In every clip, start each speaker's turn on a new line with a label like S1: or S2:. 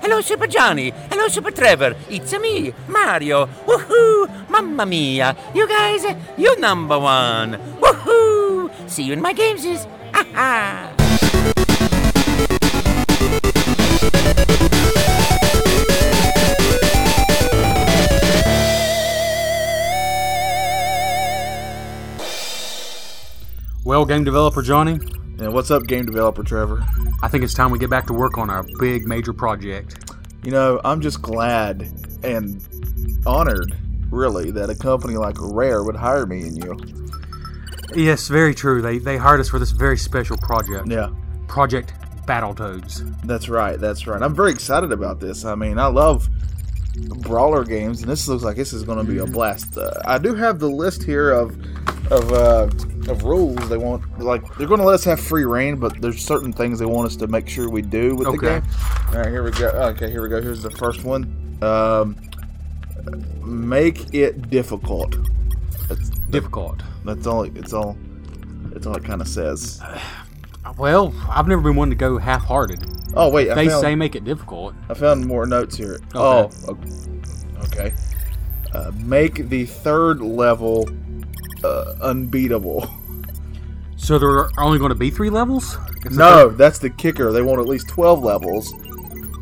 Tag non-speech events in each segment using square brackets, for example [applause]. S1: Hello, Super Johnny. Hello, Super Trevor. It's me, Mario. Woohoo! Mamma mia! You guys, you number one. Woohoo! See you in my games. [laughs] Ha ha!
S2: Well, game developer Johnny,
S3: Yeah, what's up, game developer Trevor?
S2: I think it's time we get back to work on our big major project.
S3: You know, I'm just glad and honored, really, that a company like Rare would hire me and you.
S2: Yes, very true. They they hired us for this very special project.
S3: Yeah,
S2: Project Battletoads.
S3: that's right, that's right. I'm very excited about this. I mean, I love brawler games, and this looks like this is going to be a blast. Uh, I do have the list here of of uh, of rules they want. Like they're going to let us have free reign, but there's certain things they want us to make sure we do with
S2: Okay.
S3: the game. All right, here we go. Okay, here we go. Here's the first one. Um, make it difficult. That's,
S2: Difficult.
S3: That's all. It's all. It's all it kind of says.
S2: Well, I've never been one to go half-hearted.
S3: Oh wait, I
S2: They
S3: found,
S2: say make it difficult.
S3: I found more notes here. Oh,
S2: Okay.
S3: okay. okay. Uh, make the third level uh,
S2: [laughs]
S3: unbeatable.
S2: So there are only going to be three levels? If
S3: No, that's the kicker. They want at least twelve levels,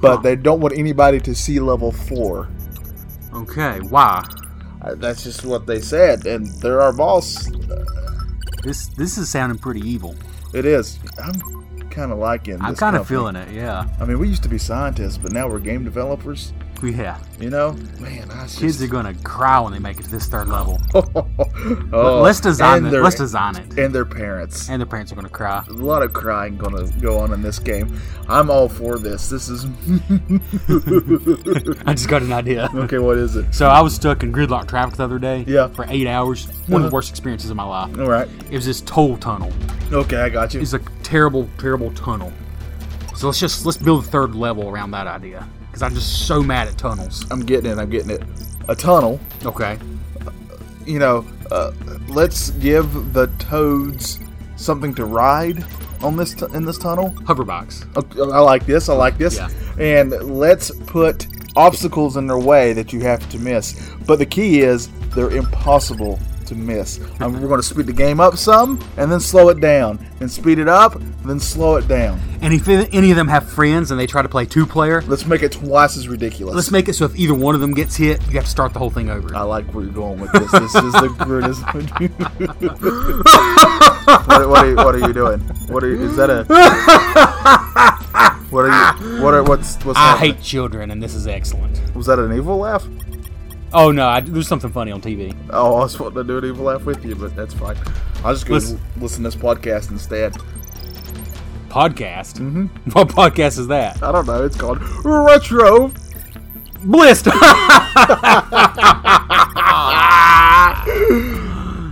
S3: but they don't want anybody to see level four.
S2: the- Okay. Why?
S3: Uh, That's just what they said, and they're our boss.
S2: This this is sounding pretty evil.
S3: It is. I'm kind of liking.
S2: I'm
S3: this
S2: kind of
S3: company.
S2: feeling it. Yeah.
S3: I mean, we used to be scientists, but now we're game developers.
S2: Yeah.
S3: You know, man, I just,
S2: Kids are going to cry when they make it to this third level.
S3: Oh,
S2: Let's design
S3: and
S2: it.
S3: their-
S2: Let's design it.
S3: and their parents.
S2: And the parents are going to cry. [laughs]
S3: a lot of crying gonna go on in this game. I'm all for this. This is [laughs]
S2: I just got an idea.
S3: okay. What is it?
S2: So I was stuck in gridlock traffic the other day.
S3: Yeah.
S2: For eight hours. One of the worst experiences of my life.
S3: All right.
S2: It was this toll tunnel.
S3: Okay, I got you.
S2: It's a terrible, terrible tunnel. So let's just let's build a third level around that idea. Because I'm just so mad at tunnels.
S3: I'm getting it. I'm getting it. A tunnel.
S2: Okay.
S3: You know. Uh, let's give the toads something to ride on this t- in this tunnel.
S2: Hoverbox.
S3: Okay, I like this. I like this.
S2: Yeah.
S3: And let's put obstacles in their way that you have to miss. But the key is they're impossible to miss. Um, we're going to speed the game up some and then slow it down. Then speed it up, then slow it down.
S2: And if any of them have friends and they try to play two player,
S3: Let's make it twice as ridiculous.
S2: let's make it so if either one of them gets hit, you have to start the whole thing over.
S3: I like where you're going with this. This
S2: [laughs]
S3: is the greatest. what, what, are you, what are you doing? What are you, is that a? What are you? What are what's what's?
S2: I
S3: happening?
S2: hate children, and this is excellent.
S3: Was that an evil laugh?
S2: Oh no, I, there's something funny on TV.
S3: Oh, I was wanting to do an evil laugh with you, but that's fine. I'll just go
S2: Listen-
S3: listen, listen to this podcast instead.
S2: Podcast. Mm-hmm. [laughs] What podcast is that?
S3: I don't know. It's called Retro.
S2: Blist. [laughs]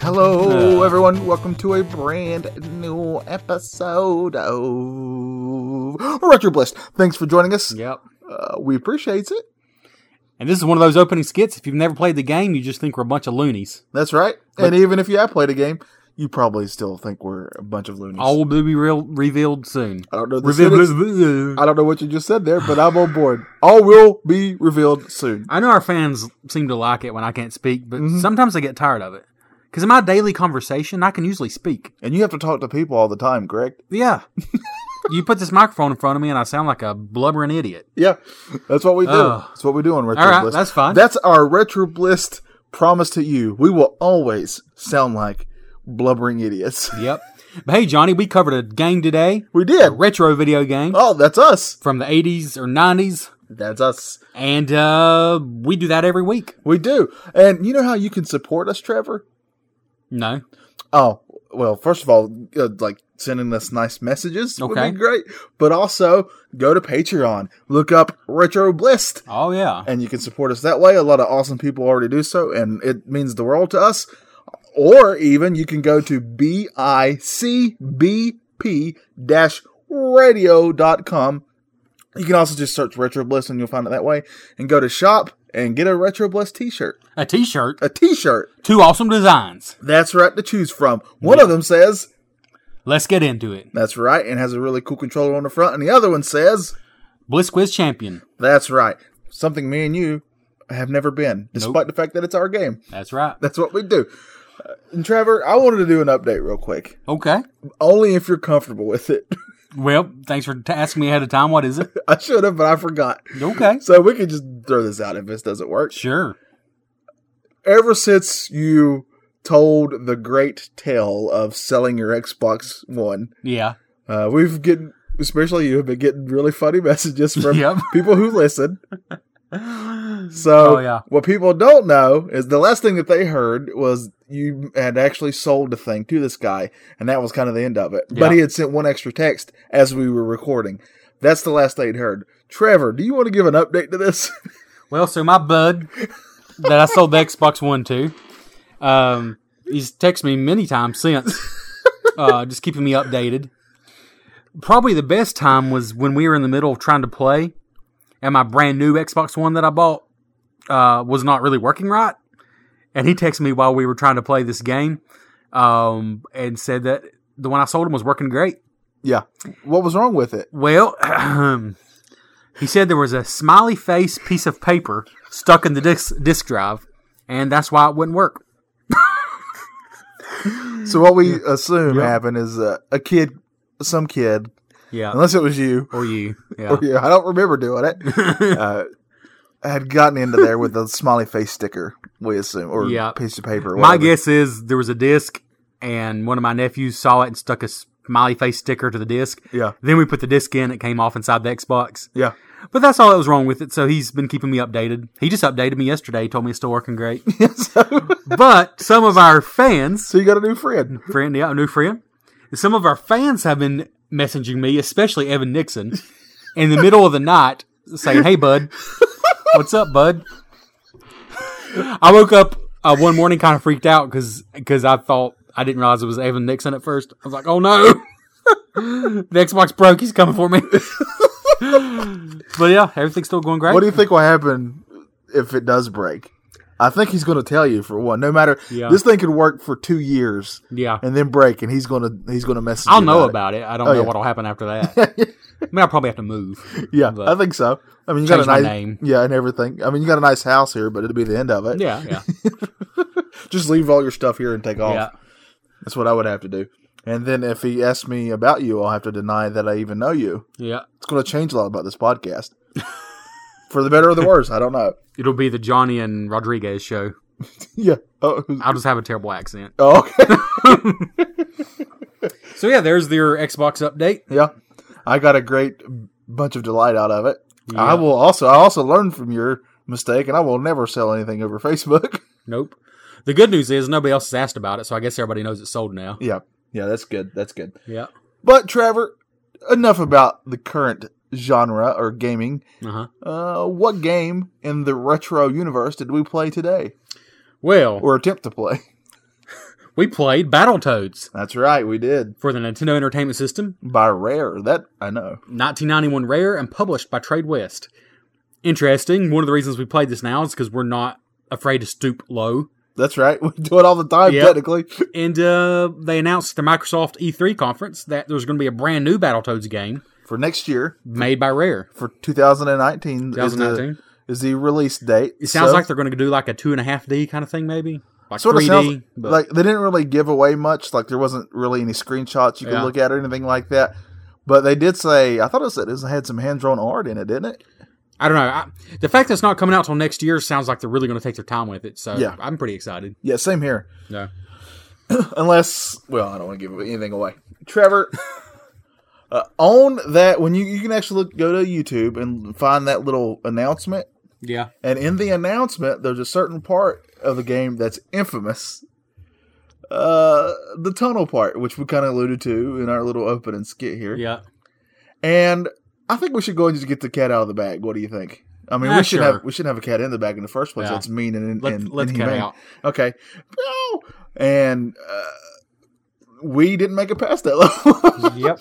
S3: Hello,
S2: Uh.
S3: everyone. Welcome to a brand new episode of Retro Bliss. Thanks for joining us.
S2: yep.
S3: Uh, we appreciate it.
S2: And this is one of those opening skits. If you've never played the game, you just think we're a bunch of loonies.
S3: That's right. and even if you have played a game, you probably still think we're a bunch of loonies.
S2: All will be real, revealed soon.
S3: I don't know. The sentence-
S2: Revealed.
S3: I don't know what you just said there, but I'm on board. All will be revealed soon.
S2: I know our fans seem to like it when I can't speak, but sometimes I get tired of it. Because in my daily conversation, I can usually speak.
S3: And you have to talk to people all the time, correct?
S2: Yeah. [laughs] you put this microphone in front of me, and I sound like a blubbering idiot.
S3: Yeah, that's what we do.
S2: Ugh.
S3: That's what we do on Retro
S2: All right, Oh.
S3: Blist.
S2: that's fine.
S3: That's our Retro Blist promise to you. We will always sound like
S2: [laughs]
S3: blubbering idiots.
S2: Yep. But hey, Johnny, we covered a game today,
S3: We did.
S2: a retro video game
S3: Oh, that's us.
S2: from the 80s or 90s,
S3: That's us.
S2: and uh, we do that every week.
S3: We do. And you know how you can support us, Trevor?
S2: No.
S3: Oh, well, first of all, uh, like sending us nice messages
S2: Okay.
S3: would be great. But also, go to Patreon, look up Retro Blist,
S2: Oh, yeah.
S3: and you can support us that way. A lot of awesome people already do so, and it means the world to us. Or even you can go to bicbp radio.com. You can also just search RetroBliss and you'll find it that way. And go to shop and get a RetroBliss t shirt.
S2: A t shirt,
S3: A t shirt.
S2: two awesome designs.
S3: That's right to choose from. One of them says,
S2: Let's get into it.
S3: that's right, and has a really cool controller on the front. And the other one says,
S2: Bliss Quiz Champion.
S3: that's right. Something me and you have never been, despite the fact that it's our game.
S2: That's right.
S3: That's what we do. Uh, And Trevor, I wanted to do an update real quick,
S2: Okay.
S3: only if you're comfortable with it. [laughs]
S2: Well, thanks for t- asking me ahead of time. What is it?
S3: I should have, but I forgot.
S2: Okay.
S3: So we could just throw this out if this doesn't work.
S2: Sure.
S3: Ever since you told the great tale of selling your Xbox One,
S2: Yeah.
S3: uh, we've getting, especially you, have been getting really funny [laughs] messages from
S2: Yep.
S3: people who [laughs] listen. So
S2: Oh, yeah.
S3: what people don't know is the last thing that they heard was you had actually sold the thing to this guy, and that was kind of the end of it.
S2: Yeah.
S3: But he had sent one extra text as we were recording. That's the last they'd heard. Trevor, do you want to give an update to this? [laughs]
S2: Well, so my bud that I sold the Xbox One to, um, he's texted me many times since, uh, just keeping me updated. Probably the best time was when we were in the middle of trying to play, and my brand new Xbox One that I bought uh, was not really working right. And he texted me while we were trying to play this game, um, and said that the one I sold him was working great.
S3: yeah. What was wrong with it?
S2: Well, [clears throat] he said there was a smiley face piece of paper stuck in the disc, disc drive, and that's why it wouldn't work.
S3: So what we assume happened is uh, a kid, some kid,
S2: Yeah.
S3: unless it was you,
S2: [laughs] Or you. Yeah.
S3: or you, Oh, I don't remember
S2: [laughs]
S3: doing it, uh, had gotten into there with a smiley face sticker. We assume, or
S2: Yeah.
S3: piece of paper. or
S2: My
S3: whatever.
S2: guess is there was a disc, and one of my nephews saw it and stuck a smiley face sticker to the disc.
S3: Yeah.
S2: Then we put the disc in, it came off inside the Xbox.
S3: Yeah.
S2: But that's all that was wrong with it. So he's been keeping me updated. He just updated me yesterday, told me it's still working
S3: [laughs]
S2: great.
S3: so,
S2: but some of our fans
S3: so you got a new friend.
S2: friend, yeah, a new friend. Some of our fans have been messaging me, especially Evan Nixon, in the middle of the night saying, "Hey, bud, what's up, bud?" I woke up uh, one morning kind of freaked out because I thought I didn't realize it was Evan Nixon at first. I was like, "Oh no, [laughs] the Xbox broke. He's coming for me." but yeah, everything's still going great.
S3: What do you think will happen if it does break? I think he's going to tell you for one. No matter
S2: Yeah.
S3: this thing could work for two years
S2: yeah,
S3: and then break, and he's going to he's going to message.
S2: I'll
S3: you
S2: know about
S3: about, Oh,
S2: it. I don't know
S3: yeah.
S2: what'll happen after
S3: [laughs]
S2: that. I mean, I'll probably have to move.
S3: it. Yeah,
S2: but-
S3: I think so. I mean, you got a
S2: Change my
S3: nice
S2: name.
S3: yeah, and everything. I mean, you got a nice house here, but it'll be the end of it.
S2: Yeah, yeah,
S3: just leave all your stuff here and take off.
S2: yeah.
S3: That's what I would have to do. And then if he asks me about you, I'll have to deny that I even know you.
S2: Yeah.
S3: It's going to change a lot about this [laughs] podcast, for the better or the worse. I don't know.
S2: It'll be the Johnny and Rodriguez show.
S3: [laughs] Yeah. Oh,
S2: I'll just have a terrible accent.
S3: oh okay. [laughs]
S2: So yeah, there's your Xbox update.
S3: Yeah, I got a great bunch of delight out of it.
S2: Yeah.
S3: I will also I also learned from your mistake, and I will never sell anything over Facebook. [laughs]
S2: Nope. The good news is nobody else has asked about it, so I guess everybody knows it's sold now.
S3: yeah, yeah, that's good. That's good.
S2: [laughs] Yeah.
S3: But Trevor, enough about the current genre or gaming.
S2: Uh huh.
S3: Uh, what game in the retro universe did we play today
S2: Well,
S3: or attempt to play?
S2: we played Battletoads
S3: That's right, we did
S2: for the Nintendo Entertainment System,
S3: by Rare. That I know.
S2: 1991 Rare, and published by Trade West. Interesting. One of the reasons we played this now is because we're not afraid to stoop low.
S3: That's right. [laughs] We do it all the time.
S2: Yep.
S3: Technically,
S2: And uh, they announced at the Microsoft E3 conference that there's going to be a brand new Battletoads game
S3: for next year,
S2: made by Rare.
S3: for 2019, Is,
S2: 2019.
S3: the, is the release date.
S2: It sounds
S3: So-
S2: like they're going to do like a two and a half D kind of thing, maybe like
S3: sort of
S2: three
S3: sounds
S2: D. But
S3: like they didn't really give away much. Like there wasn't really any screenshots you could
S2: Yeah.
S3: look at or anything like that. But they did say, I thought it, said it had some hand drawn art in it, didn't it?
S2: I don't know. I, the fact that it's not coming out till next year sounds like they're really going to take their time with it. So
S3: Yeah.
S2: I'm pretty excited.
S3: Yeah, same here.
S2: Yeah,
S3: Unless, well, I don't want to give anything away.
S2: [laughs]
S3: Trevor, uh, on that when you you can actually look, go to YouTube and find that little announcement.
S2: yeah,
S3: And in the announcement, there's a certain part of the game that's infamous. Uh, the tunnel part, which we kind of alluded to in our little opening skit here.
S2: yeah.
S3: And I think we should go and just get the cat out of the bag. What do you think? I mean,
S2: Ah,
S3: we should
S2: sure.
S3: have we should have a cat in the bag in the first place.
S2: Yeah.
S3: That's mean and,
S2: [laughs]
S3: and,
S2: Let,
S3: and
S2: let's cut
S3: inhumane.
S2: out.
S3: Okay. No. And uh, we didn't make it past that [laughs] level.
S2: yep.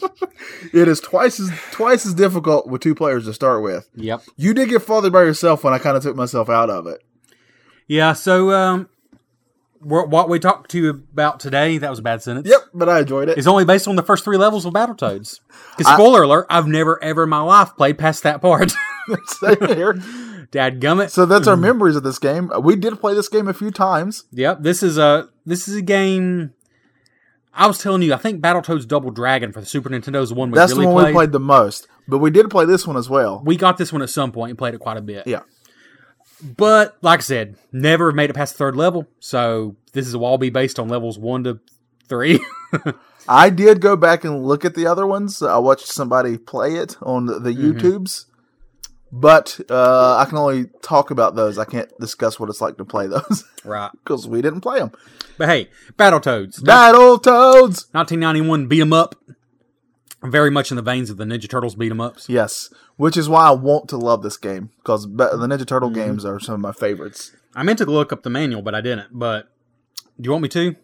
S3: it is twice as twice as difficult with two players to start with.
S2: Yep.
S3: You did get fathered by yourself when I kind of took myself out of it.
S2: Yeah. So, um, wh- what we talked to you about today, that was a bad sentence.
S3: Yep, but I enjoyed it. [laughs]
S2: Is only based on the first three levels of Battletoads. Because, spoiler alert, I've never ever in my life played past that part. [laughs]
S3: Same here.
S2: Dad gummit.
S3: So that's
S2: Hmm.
S3: our memories of this game. Uh, We did play this game a few times.
S2: Yep, this is a this is a game. I was telling you, I think Battletoads Double Dragon for the Super Nintendo is the one we
S3: That's
S2: really
S3: the one
S2: played.
S3: we played the most, but we did play this one as well.
S2: We got this one at some point and played it quite a bit.
S3: Yeah.
S2: But like I said, never made it past the third level, so this is will all be based on levels one to three. [laughs]
S3: I did go back and look at the other ones. I watched somebody play it on the, the
S2: Mm-hmm.
S3: YouTubes, but uh, I can only talk about those. I can't discuss what it's like to play [laughs] those
S2: right.
S3: because we didn't play them.
S2: But hey, Battletoads.
S3: Battle Toads.
S2: 1991 beat 'em up. Very much in the veins of the Ninja Turtles beat 'em ups.
S3: Yes, which is why I want to love this game because the Ninja Turtle
S2: Mm-hmm.
S3: games are some of my favorites.
S2: I meant to look up the manual, but I didn't. But do you want me to?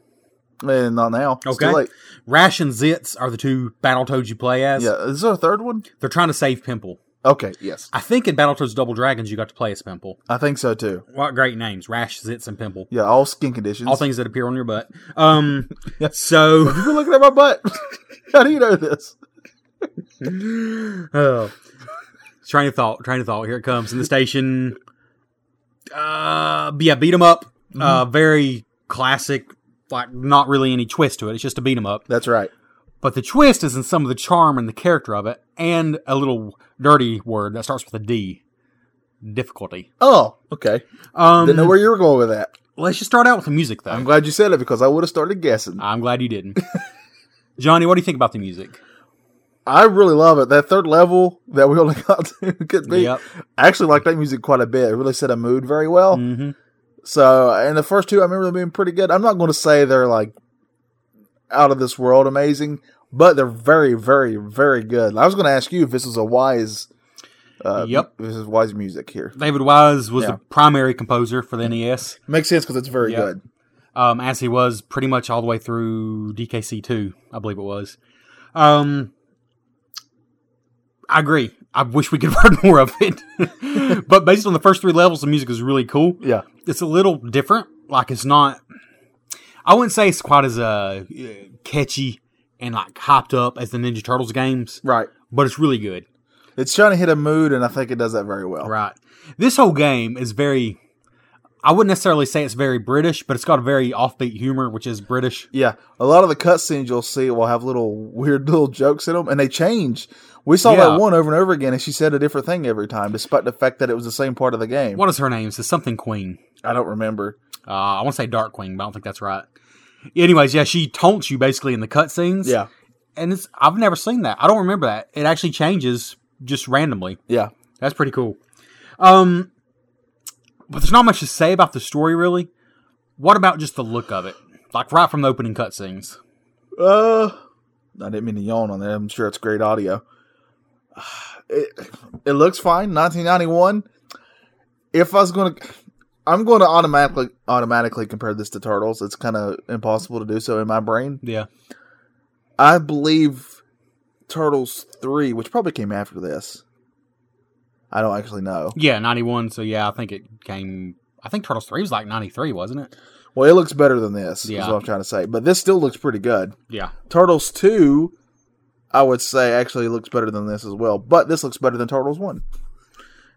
S3: And not now. It's too
S2: Okay.
S3: late.
S2: Rash and Zits are the two Battletoads you play as.
S3: Yeah. Is there a third one?
S2: They're trying to save Pimple.
S3: Okay. Yes.
S2: I think in Battletoads Double Dragons, you got to play as Pimple.
S3: I think so too.
S2: What great names. Rash, Zits, and Pimple.
S3: Yeah. All skin conditions.
S2: All things that appear on your butt. Um, so, [laughs]
S3: You're looking at my butt. [laughs] How do you know this?
S2: oh. train of thought, train of thought. Here it comes in the station. Uh, yeah, beat 'em up. Uh, very classic, like not really any twist to it. It's just a beat 'em up.
S3: That's right.
S2: But the twist is in some of the charm and the character of it, and a little dirty word that starts with a D. Difficulty.
S3: Oh, okay.
S2: Um,
S3: Didn't know where you were going with that.
S2: let's just start out with the music, though.
S3: I'm glad you said it because I would have started guessing.
S2: I'm glad you didn't. [laughs] Johnny, what do you think about the music?
S3: I really love it. That third level that we only [laughs] got to could be.
S2: Yep.
S3: I actually like that music quite a bit. It really set a mood very well.
S2: Mm-hmm.
S3: So, and the first two, I remember them being pretty good. I'm not going to say they're like out of this world amazing, but they're very, very, very good. I was going to ask you if this was a wise. Uh,
S2: Yep.
S3: This is wise music here.
S2: David Wise was
S3: Yeah.
S2: the primary composer for the NES,
S3: Makes sense because it's very
S2: Yep.
S3: good.
S2: um, as he was pretty much all the way through DKC2, I believe it was. Um, I agree. I wish we could have [laughs] heard more of it. but based on the first three levels, the music is really cool.
S3: Yeah.
S2: It's a little different. Like, it's not. I wouldn't say it's quite as uh, catchy and like hyped up as the Ninja Turtles games,
S3: Right.
S2: but it's really good.
S3: It's trying to hit a mood, and I think it does that very well.
S2: Right. This whole game is very. I wouldn't necessarily say it's very British, but it's got a very offbeat humor, which is British.
S3: Yeah, a lot of the cutscenes you'll see will have little [laughs] weird little jokes in them, and they change. We saw
S2: Yeah.
S3: that one over and over again, and she said a different thing every time, despite the fact that it was the same part of the game.
S2: What is her name? It's something Queen.
S3: I don't remember.
S2: Uh, I want to say Dark Queen, but I don't think that's right. Anyways, yeah, she taunts you basically in the cutscenes.
S3: Yeah,
S2: And it's I've never seen that. I don't remember that. It actually changes just randomly.
S3: yeah,
S2: That's pretty cool. Um, but there's not much to say about the story, really. What about just the look of it? Like right from the opening cutscenes.
S3: Uh, I didn't mean to yawn on that. I'm sure it's great audio. [sighs] It, it looks fine. 1991. If I was gonna, I'm going to automatically automatically compare this to Turtles. It's kind of impossible to do so in my brain.
S2: Yeah.
S3: I believe Turtles three, which probably came after this. I don't actually know.
S2: Yeah, 91. So, yeah, I think it came. I think Turtles 3 was like 93, wasn't it?
S3: Well, it looks better than this. Is
S2: Yeah.
S3: what I'm trying to say. But this still looks pretty good.
S2: Yeah.
S3: Turtles two, I would say actually looks better than this as well. But this looks better than Turtles one.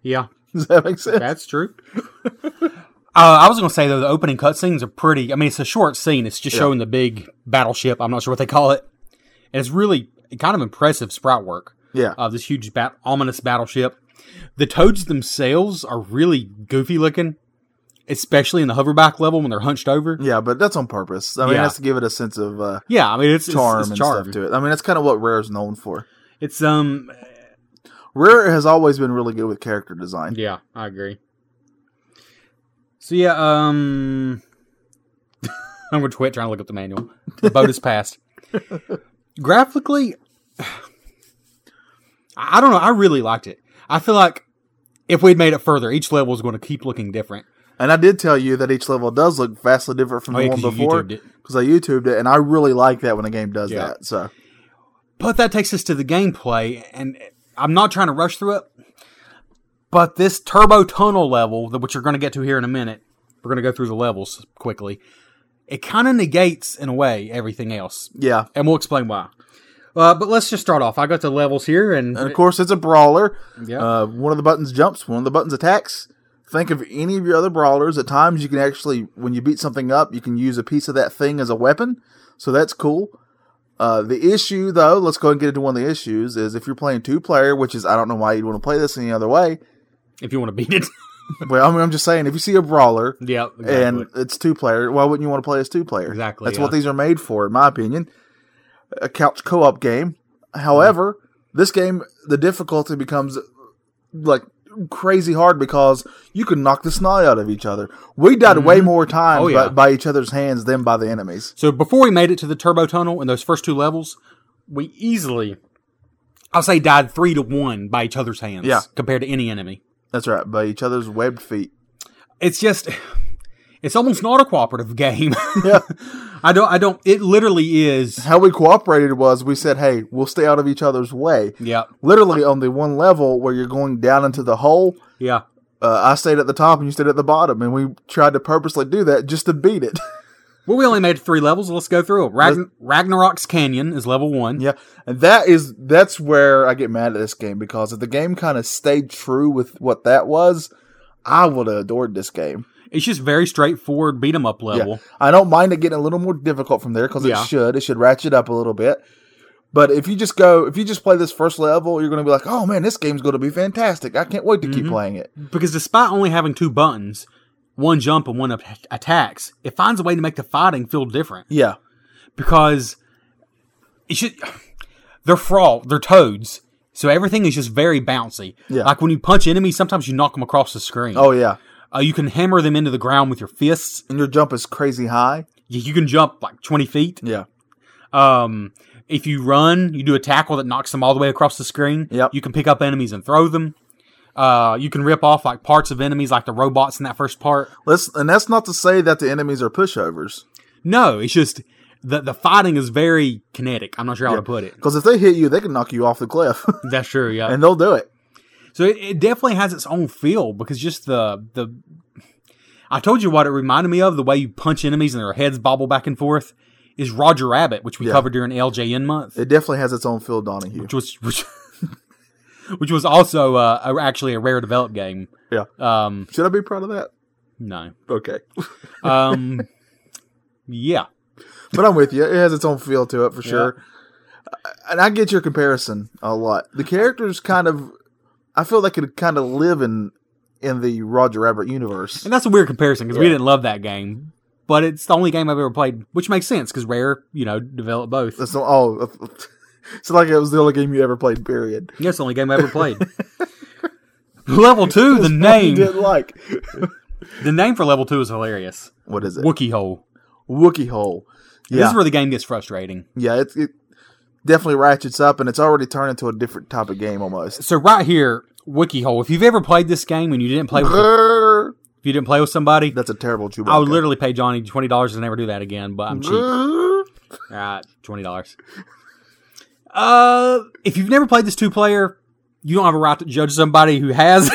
S2: Yeah,
S3: [laughs] Does that make sense?
S2: that's true. [laughs] uh, I was going to say, though, the opening cutscenes are pretty. I mean, it's a short scene. It's just showing the big battleship. I'm not sure what they call it. And it's really kind of impressive sprout work
S3: yeah.
S2: of this huge, bat- ominous battleship. The toads themselves are really goofy looking, especially in the hoverback level when they're hunched over.
S3: yeah, but that's on purpose. I mean,
S2: Yeah.
S3: that's to give it a sense of uh,
S2: Yeah, I mean, it's it's-
S3: charm
S2: it's,
S3: and
S2: charm.
S3: stuff to it. I mean, that's kind of what Rare's known for.
S2: It's, um,
S3: Rare has always been really good with character design.
S2: Yeah, I agree. So yeah, um [laughs] I'm gonna quit trying to look up the manual. The boat is passed. Graphically I I don't know, I really liked it. I feel like if we'd made it further, each level is gonna keep looking different.
S3: And I did tell you that each level does look vastly different from
S2: Oh,
S3: the
S2: yeah,
S3: one
S2: 'cause you
S3: before
S2: YouTubed it.
S3: because I YouTubed it, and I really like that when a game does
S2: Yeah.
S3: that. So
S2: But that takes us to the gameplay, and I'm not trying to rush through it. But this turbo tunnel level, that- which you're going to get to here in a minute, we're going to go through the levels quickly. It kind of negates, in a way, everything else,
S3: yeah,
S2: and we'll explain why. Uh, but let's just start off. I got the levels here, and,
S3: and of course it's a brawler.
S2: yeah,
S3: Uh, one of the buttons jumps, one of the buttons attacks. Think of any of your other brawlers. At times, you can actually, when you beat something up, you can use a piece of that thing as a weapon. So that's cool. Uh, the issue, though, let's go ahead and get into one of the issues, is if you're playing two player, which is, I don't know why you'd want to play this any other way.
S2: if you want to beat it, [laughs]
S3: But I mean, I'm just saying, if you see a brawler
S2: yeah,
S3: and it's two player, why wouldn't you want to play as two player?
S2: Exactly,
S3: That's
S2: yeah.
S3: what these are made for, in my opinion. A couch co op game. However, this game, the difficulty becomes like crazy hard because you can knock the snot out of each other. We died way more times
S2: Oh, yeah.
S3: by, by each other's hands than by the enemies.
S2: So before we made it to the turbo tunnel in those first two levels, we easily, I'll say, died three to one by each other's hands.
S3: Yeah.
S2: compared to any enemy.
S3: That's right, by each other's webbed feet.
S2: It's just, it's almost not a cooperative game. [laughs]
S3: Yeah.
S2: I don't. I don't. It literally is.
S3: How we cooperated was we said, hey, we'll stay out of each other's way.
S2: Yeah.
S3: Literally on the one level where you're going down into the hole,
S2: Yeah.
S3: uh, I stayed at the top and you stayed at the bottom, and we tried to purposely do that just to beat it. [laughs]
S2: Well, we only made three levels. Let's go through them. Ragn- Ragnarok's Canyon is level one.
S3: yeah, and that is that's where I get mad at this game because if the game kind of stayed true with what that was, I would have adored this game.
S2: It's just very straightforward beat 'em up level.
S3: I don't mind it getting a little more difficult from there because
S2: Yeah.
S3: it should. It should ratchet up a little bit. But if you just go, if you just play this first level, you're going to be like, oh man, this game's going to be fantastic. I can't wait to keep playing it.
S2: Because despite only having two buttons, one jump and one at- attacks, it finds a way to make the fighting feel different.
S3: Yeah,
S2: because it's just they're frog, they're toads, so everything is just very bouncy.
S3: Yeah.
S2: Like when you punch enemies, sometimes you knock them across the screen.
S3: oh yeah,
S2: uh, you can hammer them into the ground with your fists.
S3: and your jump is crazy high.
S2: You, you can jump like twenty feet.
S3: Yeah,
S2: Um, if you run, you do a tackle that knocks them all the way across the screen.
S3: Yep.
S2: You can pick up enemies and throw them. Uh, you can rip off like parts of enemies, like the robots in that first part.
S3: let's and that's not to say that the enemies are pushovers.
S2: No, it's just the the fighting is very kinetic. I'm not sure how to put it.
S3: Because if they hit you, they can knock you off the cliff, [laughs]
S2: That's true. Yeah.
S3: and they'll do it.
S2: So it, it definitely has its own feel because just the the I told you what it reminded me of the way you punch enemies and their heads bobble back and forth is Roger Rabbit, which we covered during LJN month,
S3: It definitely has its own Phil Donahue.
S2: which was which, [laughs] which was also uh, a, actually a rare developed game.
S3: Yeah.
S2: Um.
S3: Should I be proud of that?
S2: No.
S3: Okay,
S2: Um. [laughs] yeah.
S3: [laughs] but I'm with you. It has its own feel to it for sure. And I get your comparison a lot. The characters kind of, I feel they could kind of live in in the Roger Rabbit universe.
S2: And that's a weird comparison because we
S3: Yeah.
S2: didn't love that game, but it's the only game I've ever played, which makes sense because Rare, you know, developed
S3: [laughs]
S2: both.
S3: That's not, oh, it's like it was the only game you ever played. Period.
S2: That's the only game I ever played. [laughs] level two, the name,
S3: You didn't like.
S2: the name for level two is hilarious.
S3: What is it?
S2: Wookie hole.
S3: Wookie hole.
S2: This
S3: Yeah,
S2: is where the game gets frustrating.
S3: yeah. It, it definitely ratchets up, and it's already turned into a different type of game almost.
S2: So right here, Wookie hole. If you've ever played this game and you didn't play with, if
S3: Grrr.
S2: you didn't play with somebody,
S3: That's a terrible Chewbacca.
S2: I would literally pay Johnny twenty dollars to never do that again. But I'm cheap. All
S3: Grrr.
S2: right, twenty dollars. Uh, if you've never played this two player, you don't have a right to judge somebody who has,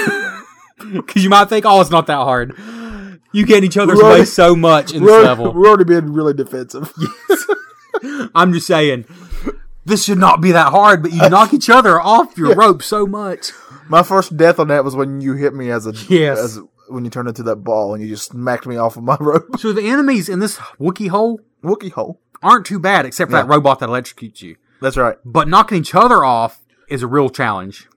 S2: [laughs] because you might think, "Oh, it's not that hard." You get in each other's
S3: Right.
S2: way so much in this
S3: We're,
S2: level.
S3: we're already being really [laughs] defensive.
S2: I'm just saying, this should not be that hard, but
S3: [laughs]
S2: you knock each other off your rope so much.
S3: My first death on that was when you hit me as a
S2: Yes.
S3: as when you turned into that ball and you just smacked me off of my [laughs] rope.
S2: So the enemies in this Wookiee hole
S3: Wookie hole.
S2: aren't too bad, except for that robot that electrocutes you.
S3: That's right.
S2: But knocking each other off is a real challenge.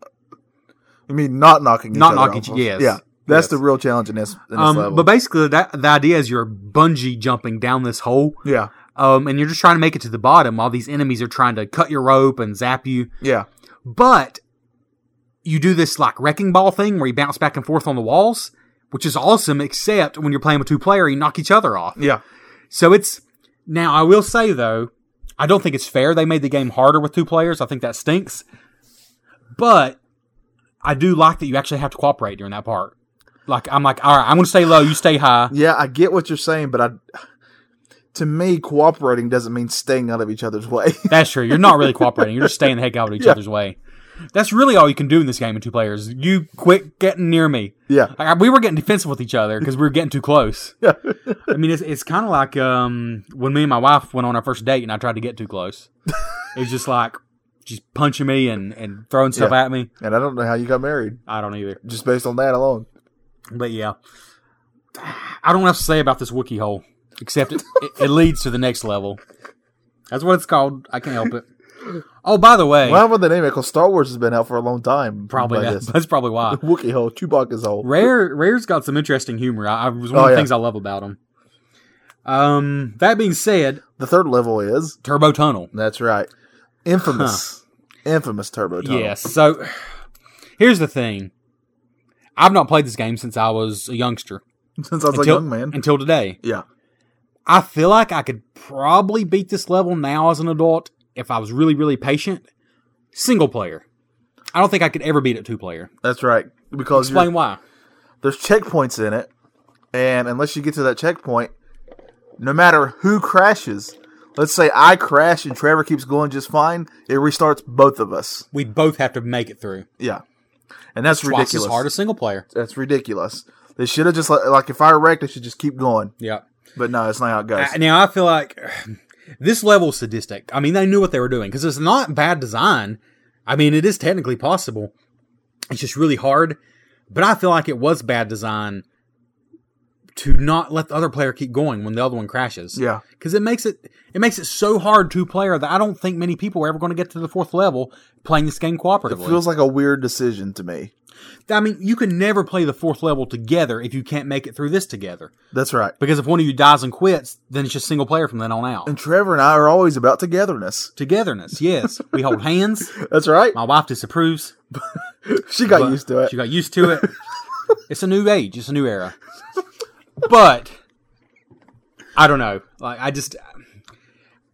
S3: I mean, not knocking. Each
S2: Not
S3: other
S2: knocking
S3: off
S2: each-
S3: of-
S2: yes.
S3: Yeah. That's
S2: Yes.
S3: the real challenge in this, in this
S2: Um,
S3: level.
S2: but basically, that, the idea is you're bungee jumping down this hole,
S3: yeah.
S2: um, and you're just trying to make it to the bottom while these enemies are trying to cut your rope and zap you.
S3: Yeah.
S2: But you do this like wrecking ball thing where you bounce back and forth on the walls, which is awesome, except when you're playing with two player, you knock each other off.
S3: Yeah.
S2: So it's now I will say though, I don't think it's fair they made the game harder with two players. I think that stinks. But I do like that you actually have to cooperate during that part. Like I'm like, all right, I'm gonna stay low, you stay high.
S3: Yeah, I get what you're saying, but I, to me, cooperating doesn't mean staying out of each other's way. [laughs]
S2: That's true. You're not really cooperating. You're just staying the heck out of each other's way. That's really all you can do in this game in two players. You quit getting near me.
S3: yeah,
S2: Like, I- we were getting defensive with each other because we were getting too close.
S3: yeah,
S2: I mean, it's, it's kind of like um, when me and my wife went on our first date and I tried to get too close. [laughs] it was just like she's punching me and, and throwing stuff
S3: Yeah.
S2: at me.
S3: and I don't know how you got married
S2: I don't either.
S3: just based on that alone.
S2: But yeah, I don't have to say about this wiki hole, except it, it, it leads to the next level. That's what it's called. I can't help it. Oh, by the way,
S3: Why would they name it? Because Star Wars has been out for a long time.
S2: probably
S3: by
S2: that, [laughs]
S3: this.
S2: that's probably why.
S3: [laughs] Wookiee oh, hole, Chewbacca's hole.
S2: Rare Rare's got some interesting humor. I, I was one
S3: Oh,
S2: of the
S3: yeah.
S2: things I love about him. Um, that being said,
S3: The third level is
S2: Turbo Tunnel.
S3: that's right, infamous, infamous Turbo Tunnel.
S2: Yes. So here's the thing. I've not played this game since I was a youngster
S3: [laughs] since I was
S2: until,
S3: a young man.
S2: until today.
S3: yeah,
S2: I feel like I could probably beat this level now as an adult if I was really, really patient. Single player. I don't think I could ever beat it two player.
S3: that's right. Because you're
S2: Explain why.
S3: there's checkpoints in it, and unless you get to that checkpoint, no matter who crashes, let's say I crash and Trevor keeps going just fine, it restarts both of us.
S2: We both have to make it through.
S3: Yeah, and that's
S2: Twice as
S3: ridiculous.
S2: hard as single player.
S3: that's ridiculous. They should have just like, like if I wrecked, they should just keep going.
S2: Yeah.
S3: But no, that's not how it goes.
S2: I- now I feel like [sighs] this level is sadistic. I mean, they knew what they were doing because it's not bad design. I mean, it is technically possible. It's just really hard, but I feel like it was bad design to not let the other player keep going when the other one crashes.
S3: yeah,
S2: because it makes it it makes it so hard two player that I don't think many people are ever going to get to the fourth level playing this game cooperatively.
S3: feels like a weird decision to me.
S2: I mean, you can never play the fourth level together if you can't make it through this together.
S3: That's right.
S2: Because if one of you dies and quits, then it's just single player from then on out.
S3: And Trevor and I are always about togetherness.
S2: togetherness. Yes, we hold hands.
S3: That's right.
S2: My wife disapproves.
S3: She got
S2: but
S3: used to it.
S2: She got used to it. it's a new age. It's a new era. But I don't know. Like I just,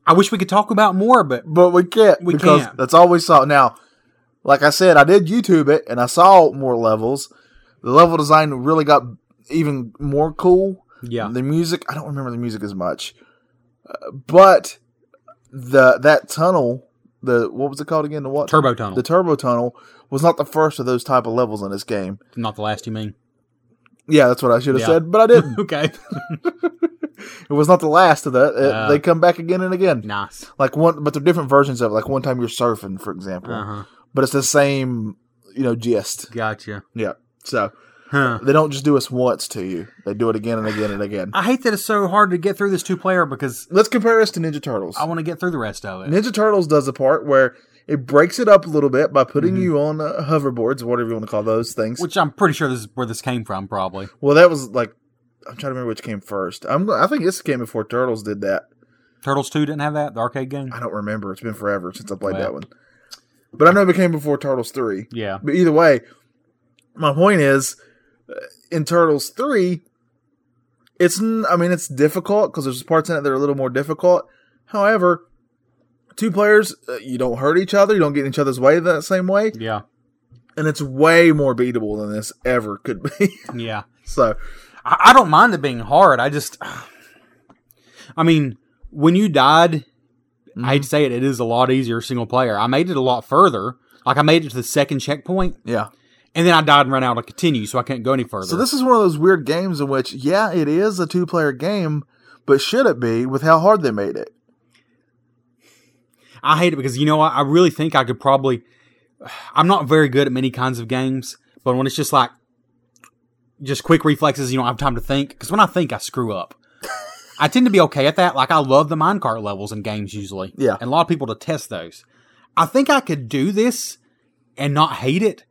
S2: I wish we could talk about more. But
S3: but we can't
S2: We
S3: because
S2: can't.
S3: that's all we saw. Now, like I said, I did YouTube it and I saw more levels. The level design really got even more cool.
S2: yeah,
S3: The music, I don't remember the music as much, Uh, but the that tunnel, the what was it called again? The what?
S2: Turbo Tunnel.
S3: The turbo tunnel was not the first of those type of levels in this game.
S2: Not the last you mean.
S3: [laughs] Yeah, that's what I should have
S2: Yeah.
S3: said, but I didn't.
S2: Okay.
S3: it was not the last of that. It-
S2: Uh.
S3: they come back again and again.
S2: nice.
S3: Like one, but they're different versions of it. Like one time you're surfing, for example.
S2: Uh huh.
S3: but it's the same, you know, gist.
S2: Gotcha.
S3: Yeah. So
S2: Huh.
S3: they don't just do us once to you; they do it again and again and again.
S2: I hate that it's so hard to get through this two player because
S3: Let's compare this to Ninja Turtles.
S2: I want to get through the rest of it.
S3: Ninja Turtles does a part where it breaks it up a little bit by putting you on uh, hoverboards, whatever you want to call those things.
S2: Mm-hmm. Which I'm pretty sure this is where this came from, probably.
S3: well, that was like I'm trying to remember which came first. I'm I think this came before Turtles did that.
S2: Turtles 2 didn't have that, the arcade game?
S3: I don't remember. It's been forever since I played
S2: Wow.
S3: that one. But I know it came before Turtles three.
S2: Yeah.
S3: But either way, my point is, uh, in Turtles three, it's n- I mean it's difficult because there's parts in it that are a little more difficult. However, two players uh, you don't hurt each other, you don't get in each other's way that same way,
S2: Yeah.
S3: and it's way more beatable than this ever could [laughs] be.
S2: Yeah.
S3: so
S2: I, I don't mind it being hard. I just, [sighs] I mean, when you died,
S3: Mm-hmm.
S2: I hate to say it, it is a lot easier single player. I made it a lot further. Like I made it to the second checkpoint,
S3: yeah.
S2: and then I died and ran out of continue, so I can't go any further.
S3: So this is one of those weird games in which yeah, it is a two player game, but should it be with how hard they made it?
S2: I hate it because you know what? I really think I could probably. I'm not very good at many kinds of games, but when it's just like just quick reflexes, you don't have time to think. Because when I think, I screw up. I tend to be okay at that. Like I love the minecart levels in games usually.
S3: Yeah.
S2: and a lot of people detest those. I think I could do this and not hate it,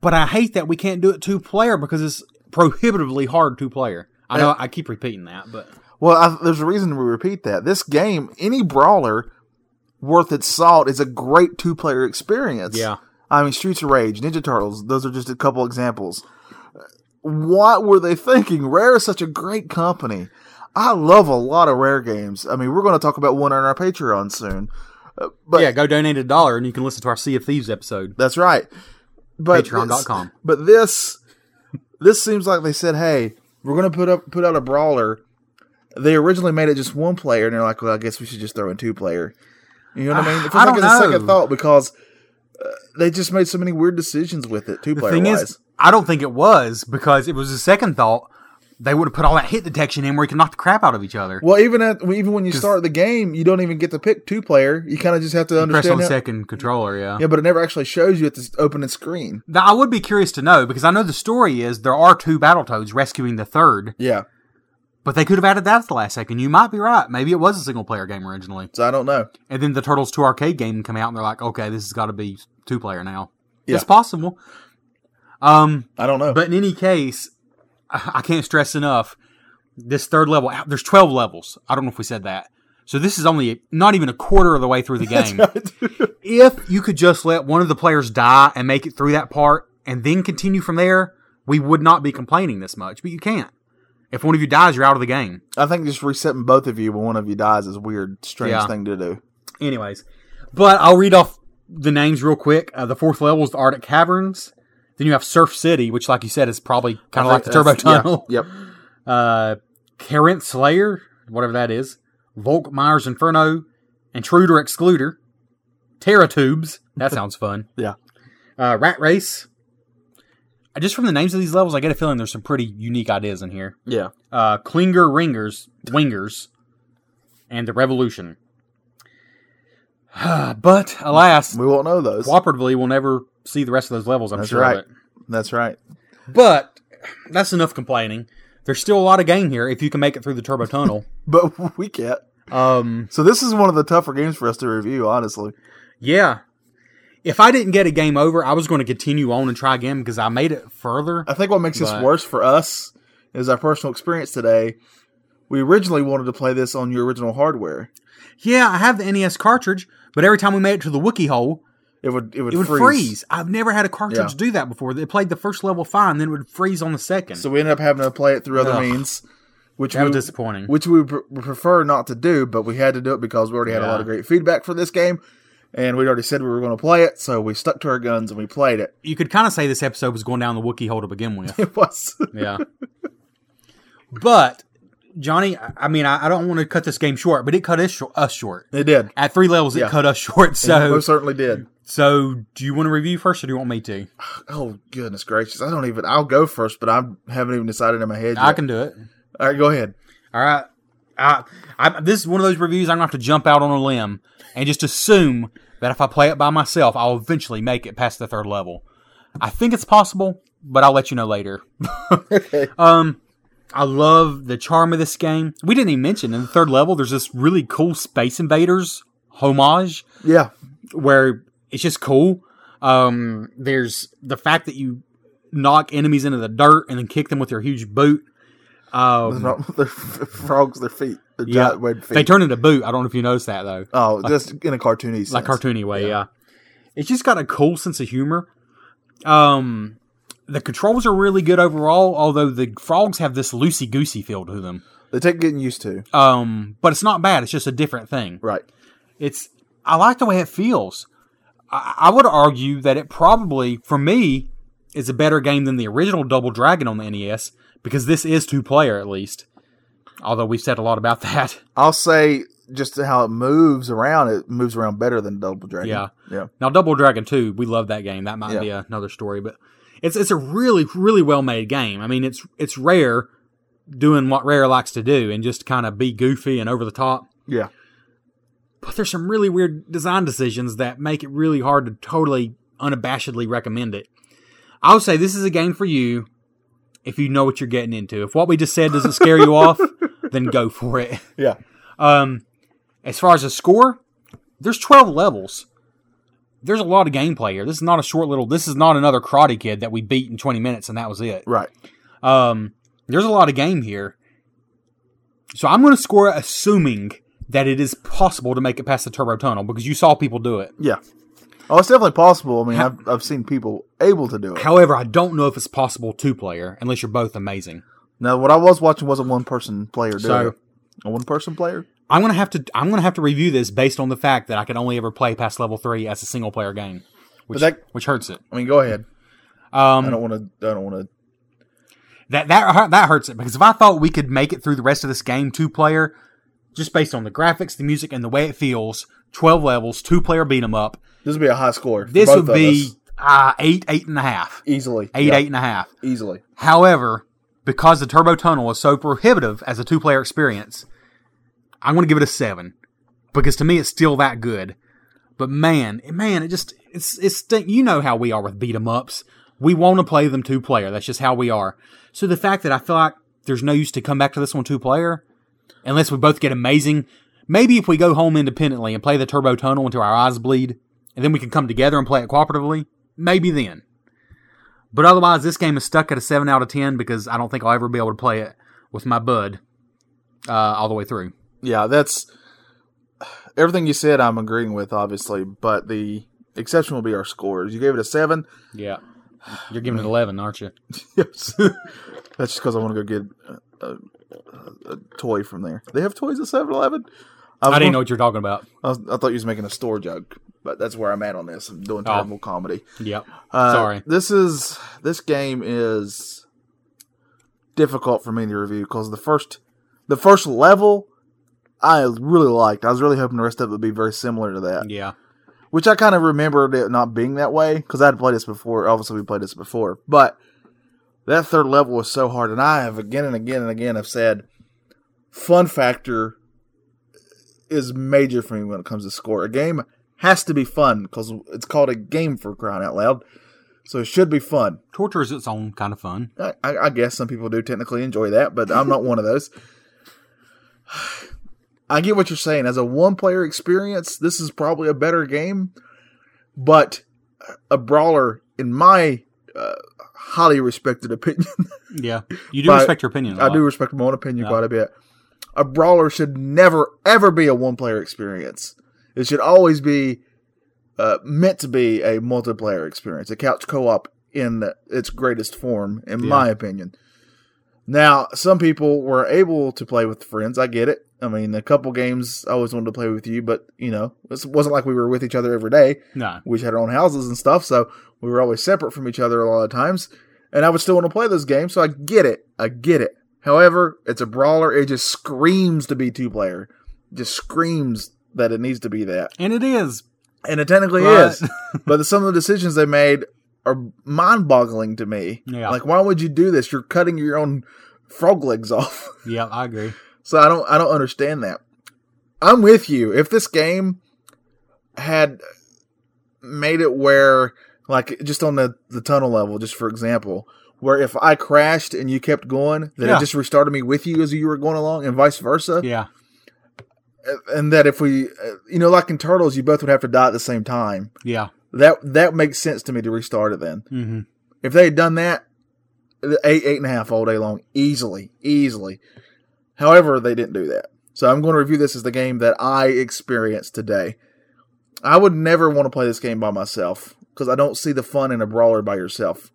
S2: but I hate that we can't do it two player because it's prohibitively hard two player. I know I keep repeating that, but
S3: Well, I, there's a reason we repeat that. This game, any brawler worth its salt, is a great two player experience.
S2: Yeah.
S3: I mean, Streets of Rage, Ninja Turtles, those are just a couple examples. What were they thinking? Rare is such a great company. I love a lot of Rare games. I mean, we're going to talk about one on our Patreon soon. But-
S2: yeah, go donate a dollar and you can listen to our Sea of Thieves episode.
S3: That's right. But
S2: Patreon.com.
S3: This, but this, This seems like they said, "Hey, we're gonna put up put out a brawler." They originally made it just one player, and they're like, "Well, I guess we should just throw in two player." You know
S2: [sighs]
S3: what I mean? It feels
S2: I
S3: like
S2: don't
S3: it's a
S2: know.
S3: second thought because uh, they just made so many weird decisions with it, two
S2: The
S3: player
S2: thing
S3: wise.
S2: is, I don't think it was because it was a second thought. They would have put all that hit detection in where you can knock the crap out of each other.
S3: well, even at even when you start the game, you don't even get to pick two player. You kind of just have to
S2: Press on
S3: understand.
S2: the
S3: how-
S2: second controller, yeah.
S3: yeah, but it never actually shows you at the opening screen.
S2: Now, I would be curious to know because I know the story is there are two Battletoads rescuing the third,
S3: Yeah,
S2: but they could have added that at the last second. You might be right. Maybe it was a single player game originally.
S3: so I don't know.
S2: And then the Turtles 2 arcade game come out and they're like, okay, this has got to be two player now.
S3: Yeah.
S2: It's possible. Um,
S3: I don't know.
S2: but in any case, I I can't stress enough this third level, there's 12 levels. I don't know if we said that. So this is only not even a quarter of the way
S3: [laughs]
S2: through the game. if you could just let one of the players die and make it through that part and then continue from there, we would not be complaining this much, but you can't. If one of you dies, you're out of the game.
S3: I think just resetting both of you when one of you dies is a weird, strange
S2: Yeah.
S3: thing to do.
S2: Anyways, but I'll read off the names real quick. Uh, the fourth level is the Arctic Caverns. Then you have Surf City, which, like you said, is probably kind of like the Turbo
S3: That's- yeah,
S2: Tunnel.
S3: Yep.
S2: Uh, Carent Slayer, whatever that is. Volk Myers Inferno. Intruder Excluder. Terra Tubes. That sounds [laughs] fun.
S3: Yeah.
S2: Uh, Rat Race. Uh, Just from the names of these levels, I get a feeling there's some pretty unique ideas in here.
S3: Yeah.
S2: Uh, Klinger Ringers, Wingers, and the Revolution. [sighs] but alas,
S3: We won't know those.
S2: cooperatively, we'll never see the rest of those levels. I'm
S3: That's
S2: sure
S3: right.
S2: of it.
S3: That's right.
S2: But that's enough complaining. There's still a lot of game here if you can make it through the turbo
S3: [laughs]
S2: tunnel.
S3: But we can't.
S2: um,
S3: So this is one of the tougher games for us to review, honestly.
S2: yeah. If I didn't get a game over, I was going to continue on and try again because I made it further.
S3: I think what makes this
S2: But-
S3: worse for us is our personal experience today. We originally wanted to play this on your original hardware.
S2: Yeah, I have the NES cartridge, but every time we made it to the wiki hole,
S3: It would it would,
S2: it would freeze.
S3: freeze.
S2: I've never had a cartridge
S3: Yeah.
S2: do that before. It played the first level fine, then it would freeze on the second.
S3: So we ended up having to play it through other
S2: Ugh.
S3: means, which
S2: that was
S3: we,
S2: disappointing.
S3: which we pr- prefer not to do, but we had to do it because we already had a
S2: Yeah.
S3: lot of great feedback for this game, and we already said we were going to play it, so we stuck to our guns and we played it. [laughs]
S2: you could kind of say this episode was going down the wiki hole to begin with.
S3: It was
S2: Yeah. but Johnny, I I mean, I, I don't want to cut this game short, but it cut us, shor- us short.
S3: it did.
S2: At three levels,
S3: Yeah.
S2: it cut us [laughs] short.
S3: it
S2: So,
S3: most certainly did.
S2: so do you want to review first, or do you want me to?
S3: Oh goodness gracious! I don't even. I'll go first, but I haven't even decided in my head. Yet.
S2: I can do it.
S3: All right, go ahead.
S2: All right. I, I, this is one of those reviews I'm gonna have to jump out on a limb and just assume that if I play it by myself, I'll eventually make it past the third level. I think it's possible, but I'll let you know later. [laughs] Um, I love the charm of this game. We didn't even mention in the third level. There's this really cool Space Invaders homage
S3: Yeah,
S2: where it's just cool. Um, there's the fact that you knock enemies into the dirt and then kick them with your huge boot. Um,
S3: Fro- the f- frogs, their feet, their
S2: Yeah.
S3: giant web feet.
S2: Uh, They turn into boot. I don't know if you noticed that though,
S3: oh, just in a cartoony sense.
S2: like cartoony way. Yeah. it's just got a cool sense of humor. Um, the controls are really good overall, although the frogs have this loosey goosey feel to them.
S3: They take getting used to.
S2: Um, but it's not bad. It's just a different thing.
S3: Right.
S2: It's I like the way it feels. I, I would argue that it probably, for me, is a better game than the original Double Dragon on the NES because this is two player at least. Although we've said a lot about [laughs] that.
S3: I'll say just how it moves around. It moves around better than Double Dragon.
S2: Yeah.
S3: Yeah.
S2: Now, Double Dragon Two, we love that game. That might
S3: Yeah.
S2: be another story, but it's it's a really really well made game. I mean, it's it's Rare doing what Rare likes to do and just kind of be goofy and over the top.
S3: Yeah.
S2: But there's some really weird design decisions that make it really hard to totally unabashedly recommend it. I would say this is a game for you if you know what you're getting into. If what we just said doesn't scare you off, then go for it.
S3: Yeah.
S2: Um, as far as the score, there's 12 levels. There's a lot of gameplay here. This is not a short little. This is not another Karate Kid that we beat in 20 minutes and that was it.
S3: Right.
S2: Um, there's a lot of game here. So I'm going to score it assuming that it is possible to make it past the turbo tunnel because you saw people do it.
S3: Yeah. Oh, it's definitely possible. I mean, I've, I've seen people able to do it.
S2: However, I don't know if it's possible two player unless you're both amazing.
S3: Now, what I was watching wasn't one person player doing
S2: So-
S3: it. A one person player?
S2: I'm going to have to I'm going to have to review this based on the fact that I can only ever play past level 3 as a single player game, which
S3: that-
S2: which hurts it.
S3: I mean, go ahead.
S2: Um
S3: I don't want to. I don't want to
S2: That that hu- that hurts it because if I thought we could make it through the rest of this game two player, just based on the graphics, the music, and the way it feels, twelve levels, two player beat 'em up.
S3: This would be a high score. for
S2: This
S3: both
S2: would
S3: of
S2: be
S3: us.
S2: uh, eight, eight and a half,
S3: easily
S2: eight,
S3: Yeah,
S2: eight and a half.
S3: easily.
S2: However, because the Turbo Tunnel is so prohibitive as a two player experience, I'm going to give it a seven because to me it's still that good. But man, man, it just it's it's st- you know how we are with beat 'em ups. We want to play them two player. That's just how we are. So the fact that I feel like there's no use to come back to this one two player unless we both get amazing. Maybe if we go home independently and play the Turbo Tunnel until our eyes bleed, and then we can come together and play it cooperatively. Maybe then. But otherwise, this game is stuck at a 7 out of 10 because I don't think I'll ever be able to play it with my bud uh, all the way through.
S3: Yeah, that's everything you said. I'm agreeing with, obviously, but the exception will be our scores. You gave it a seven. [laughs]
S2: Yeah. You're giving it 11, aren't you?
S3: Yes. [laughs] That's just because I want to go get a, a, a toy from there. They have toys at 7 Eleven?
S2: I didn't know what you're talking about.
S3: I, was- I thought you was making a store joke, but that's where I'm at on this. I'm doing
S2: Oh.
S3: terrible comedy.
S2: Yep.
S3: Uh,
S2: Sorry.
S3: This is this game is difficult for me to review because the first the first level I really liked. I was really hoping the rest of it would be very similar to that,
S2: Yeah.
S3: which I kind of remembered it not being that way because I had played this before. Obviously, we played this before, but that third level was so hard, and I have again and again and again have said, fun factor is major for me when it comes to score. A game has to be fun because it's called a game for crying out loud, so it should be fun.
S2: Torture is its own kind of fun.
S3: I, I I guess some people do technically enjoy that, but I'm not one of those. I get what you're saying. As a one player experience, this is probably a better game, but a brawler, in my uh, highly respected opinion,
S2: Yeah. You do
S3: But
S2: respect your opinion. a
S3: I
S2: lot.
S3: do respect my own opinion
S2: Yeah.
S3: quite a bit. A brawler should never, ever be a one player experience. It should always be uh, meant to be a multiplayer experience, a couch co op in its greatest form, in
S2: Yeah.
S3: my opinion. Now, some people were able to play with friends. I get it. I mean, a couple games I always wanted to play with you, but, you know, it wasn't like we were with each other every day
S2: No.
S3: we each had our own houses and stuff, so we were always separate from each other a lot of times. And I would still want to play those games, so I get it. I get it. However, it's a brawler. It just screams to be two player. Just screams that it needs to be that.
S2: And it is.
S3: And it technically
S2: Right.
S3: is. [laughs] but some of the decisions they made are mind boggling to me.
S2: Yeah.
S3: Like, why would you do this? You're cutting your own frog legs [laughs] off.
S2: Yeah, I agree.
S3: So I don't I don't understand that. I'm with you. If this game had made it where like just on the, the tunnel level, just for example, where if I crashed and you kept going, that
S2: Yeah.
S3: it just restarted me with you as you were going along and vice versa.
S2: Yeah.
S3: And that if we uh, you know, like in Turtles, you both would have to die at the same time.
S2: Yeah.
S3: That that makes sense to me to restart it then.
S2: Mm-hmm.
S3: If they had done that, eight, eight and a half all day long, easily, easily. However, they didn't do that. So I'm going to review this as the game that I experienced today. I would never want to play this game by myself because I don't see the fun in a brawler by yourself.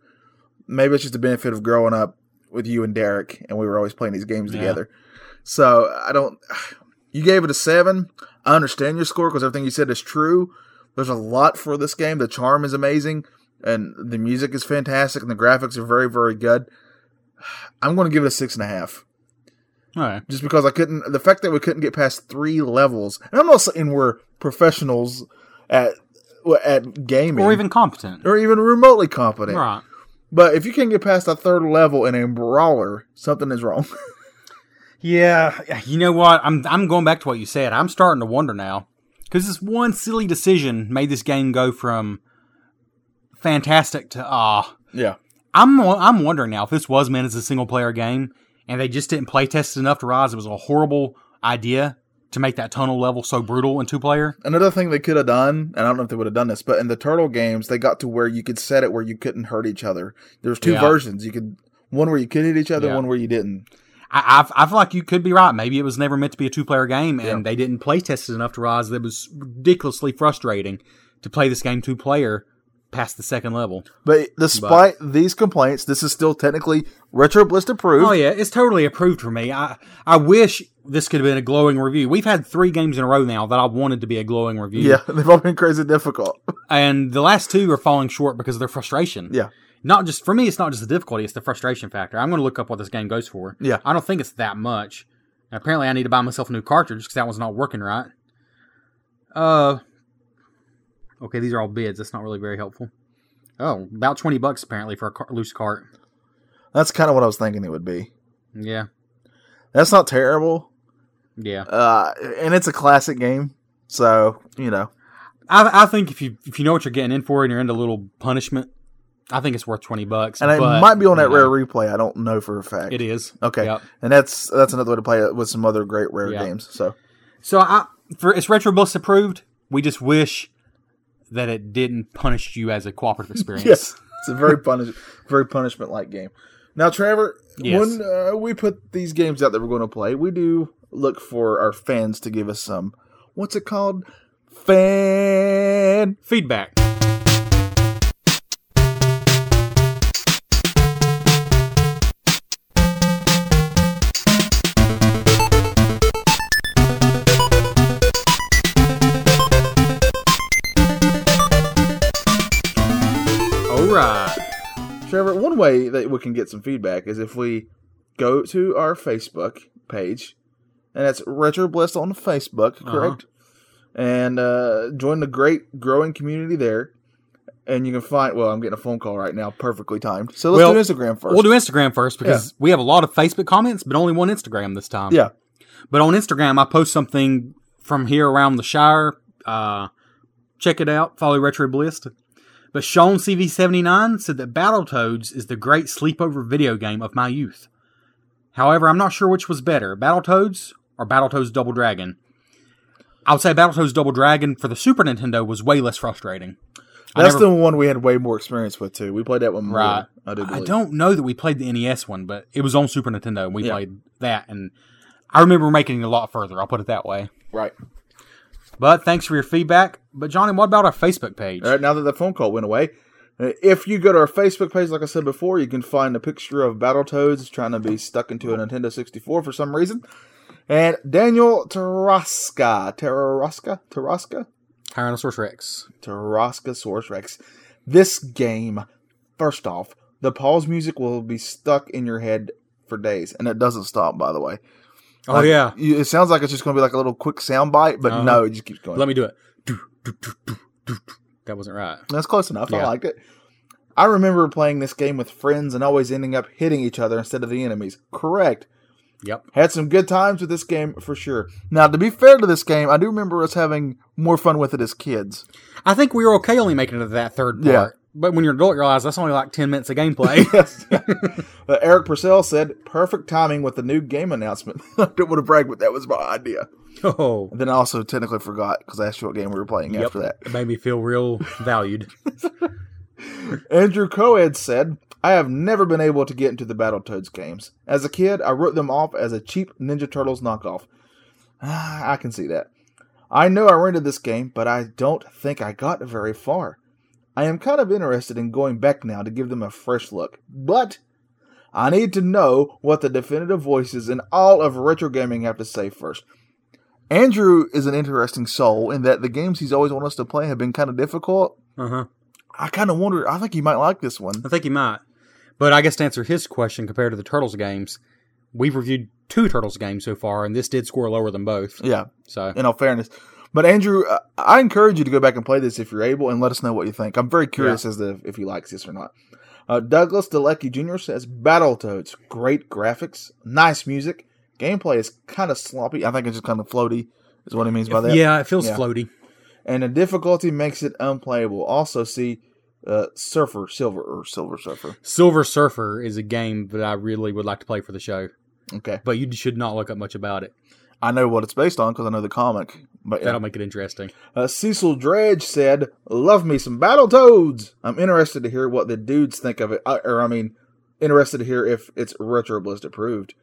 S3: Maybe it's just the benefit of growing up with you and Derek, and we were always playing these games
S2: Yeah.
S3: together. So I don't. [sighs] You gave it a seven. I understand your score because everything you said is true. There's a lot for this game. The charm is amazing, and the music is fantastic, and the graphics are very, very good. I'm going to give it a six and a half
S2: All right.
S3: just because I couldn't. The fact that we couldn't get past three levels, and I'm not saying we're professionals at at gaming
S2: Or even competent.
S3: or even remotely competent.
S2: Right.
S3: But if you can't get past a third level in a brawler, something is wrong. [laughs]
S2: Yeah, you know what? I'm I'm going back to what you said. I'm starting to wonder now because this one silly decision made this game go from fantastic to ah.
S3: yeah,
S2: I'm I'm wondering now if this was meant as a single player game and they just didn't play test it enough to realize it was a horrible idea to make that tunnel level so brutal in two player.
S3: another thing they could have done, and I don't know if they would have done this, but in the turtle games, they got to where you could set it where you couldn't hurt each other. There's two
S2: Yeah.
S3: versions. You could one where you could hit each other,
S2: Yeah.
S3: one where you didn't.
S2: I, I I feel like you could be right. Maybe it was never meant to be a two player game and they didn't play test it enough to realize that it was ridiculously frustrating to play this game two player past the second level.
S3: But despite these complaints, this is still technically retro blist approved.
S2: Oh yeah, it's totally approved for me. I I wish this could have been a glowing review. We've had three games in a row now that I wanted to be a glowing review.
S3: [laughs] yeah, they've all been crazy difficult.
S2: And the last two are falling short because of their frustration.
S3: Yeah.
S2: Not just for me, it's not just the difficulty; it's the frustration factor. I'm going to look up what this game goes for.
S3: Yeah.
S2: I don't think it's that much. And apparently, I need to buy myself a new cartridge because that one's not working right. Uh, okay, these are all bids. That's not really very helpful. Oh, about twenty bucks apparently for a car- loose cart.
S3: That's kind of what I was thinking it would be.
S2: Yeah,
S3: That's not terrible.
S2: yeah.
S3: Uh, and it's a classic game, so you know.
S2: I, I think if you if you know what you're getting in for and you're into a little punishment, I think it's worth twenty bucks.
S3: And it
S2: but,
S3: might be on that
S2: you know,
S3: rare replay. I don't know for a fact.
S2: It is
S3: Okay,
S2: Yep.
S3: and that's that's another way to play it with some other great rare
S2: Yeah.
S3: games. So
S2: So I for it's RetroBus approved. We just wish that it didn't punish you as a cooperative experience.
S3: [laughs] yes, it's a very punish, very punishment like game. Now, Trevor,
S2: Yes.
S3: when uh, we put these games out that we're going to play, we do look for our fans to give us some. What's it called? Fan
S2: Feedback. All right.
S3: Trevor, one way that we can get some feedback is if we go to our Facebook page, and that's Retro Blessed on Facebook,
S2: Uh-huh.
S3: correct? And uh, join the great growing community there. And you can find, well, I'm getting a phone call right now, perfectly timed. So let's
S2: Well,
S3: do Instagram 1st
S2: We'll do Instagram first because we have a lot of Facebook comments, but only one Instagram this time.
S3: yeah.
S2: But on Instagram, I post something from here around the Shire. Uh, check it out. Follow Retro Bliss. But Sean CV79 said that Battletoads is the great sleepover video game of my youth. However, I'm not sure which was better, Battletoads or Battletoads Double Dragon. I would say Battletoads Double Dragon for the Super Nintendo was way less frustrating. I
S3: That's
S2: never-
S3: the one we had way more experience with, too. We played that one more.
S2: Right.
S3: I do
S2: I
S3: believe.
S2: don't know that we played the NES one, but it was on Super Nintendo and we
S3: Yeah.
S2: played that and I remember making it a lot further, I'll put it that way.
S3: Right.
S2: But thanks for your feedback. But Johnny, what about our Facebook page?
S3: All right, now that the phone call went away, uh, if you go to our Facebook page, like I said before, you can find a picture of Battletoads trying to be stuck into a Nintendo 64 for some reason. And Daniel Taraska, Taraska, Taraska,
S2: Tyrannosaurus Rex.
S3: Taraska Source Rex. This game, first off, the pause music will be stuck in your head for days, and it doesn't stop, by the way.
S2: Oh
S3: Like,
S2: yeah.
S3: you- it sounds like it's just going to be like a little quick sound bite, but
S2: Uh-huh.
S3: no, it just keeps going.
S2: Let me do it. Do, do, do, do, do, do. That wasn't right.
S3: That's close enough. I
S2: Yeah.
S3: liked it. I remember playing this game with friends and always ending up hitting each other instead of the enemies. Correct.
S2: Yep.
S3: Had some good times with this game for sure. Now, to be fair to this game, I do remember us having more fun with it as kids. [laughs]
S2: I think we were okay only making it to that third part.
S3: Yeah.
S2: But when you're an adult, you realize that's only like ten minutes of gameplay.
S3: Uh, Eric Purcell said, perfect timing with the new game announcement. [laughs] I don't want to brag, but that was my idea.
S2: [laughs] oh.
S3: And then I also technically forgot because I asked you what game we were playing after that.
S2: It made me feel real valued.
S3: Andrew Coed said, I have never been able to get into the Battletoads games. As a kid, I wrote them off as a cheap Ninja Turtles knockoff. Ah, I can see that. I know I rented this game, but I don't think I got very far. I am kind of interested in going back now to give them a fresh look, but I need to know what the definitive voices in all of retro gaming have to say first. Andrew is an interesting soul in that the games he's always wanted us to play have been kind of difficult.
S2: Uh huh.
S3: I kind of wonder. I think he might like this one.
S2: I think he might. But I guess to answer his question compared to the Turtles games, we've reviewed two Turtles games so far, and this did score lower than both.
S3: Yeah,
S2: So
S3: in all fairness. But Andrew, uh, I encourage you to go back and play this if you're able, and let us know what you think. I'm very curious as to if he likes this or not. Uh, Douglas Delecki Jr. says Battletoads, great graphics, nice music, gameplay is kind of sloppy. I think it's just kind of floaty, is what he means by that.
S2: yeah, it feels
S3: Yeah.
S2: floaty.
S3: And the difficulty makes it unplayable. Also, see uh, Surfer Silver or Silver Surfer.
S2: Silver Surfer is a game that I really would like to play for the show,
S3: Okay,
S2: but you should not look up much about it.
S3: I know what it's based on because I know the comic. But yeah.
S2: That'll make it interesting.
S3: Uh, Cecil Dredge said, "Love me some Battletoads." I'm interested to hear what the dudes think of it, uh, or I mean, interested to hear if it's Retro Blizzard approved.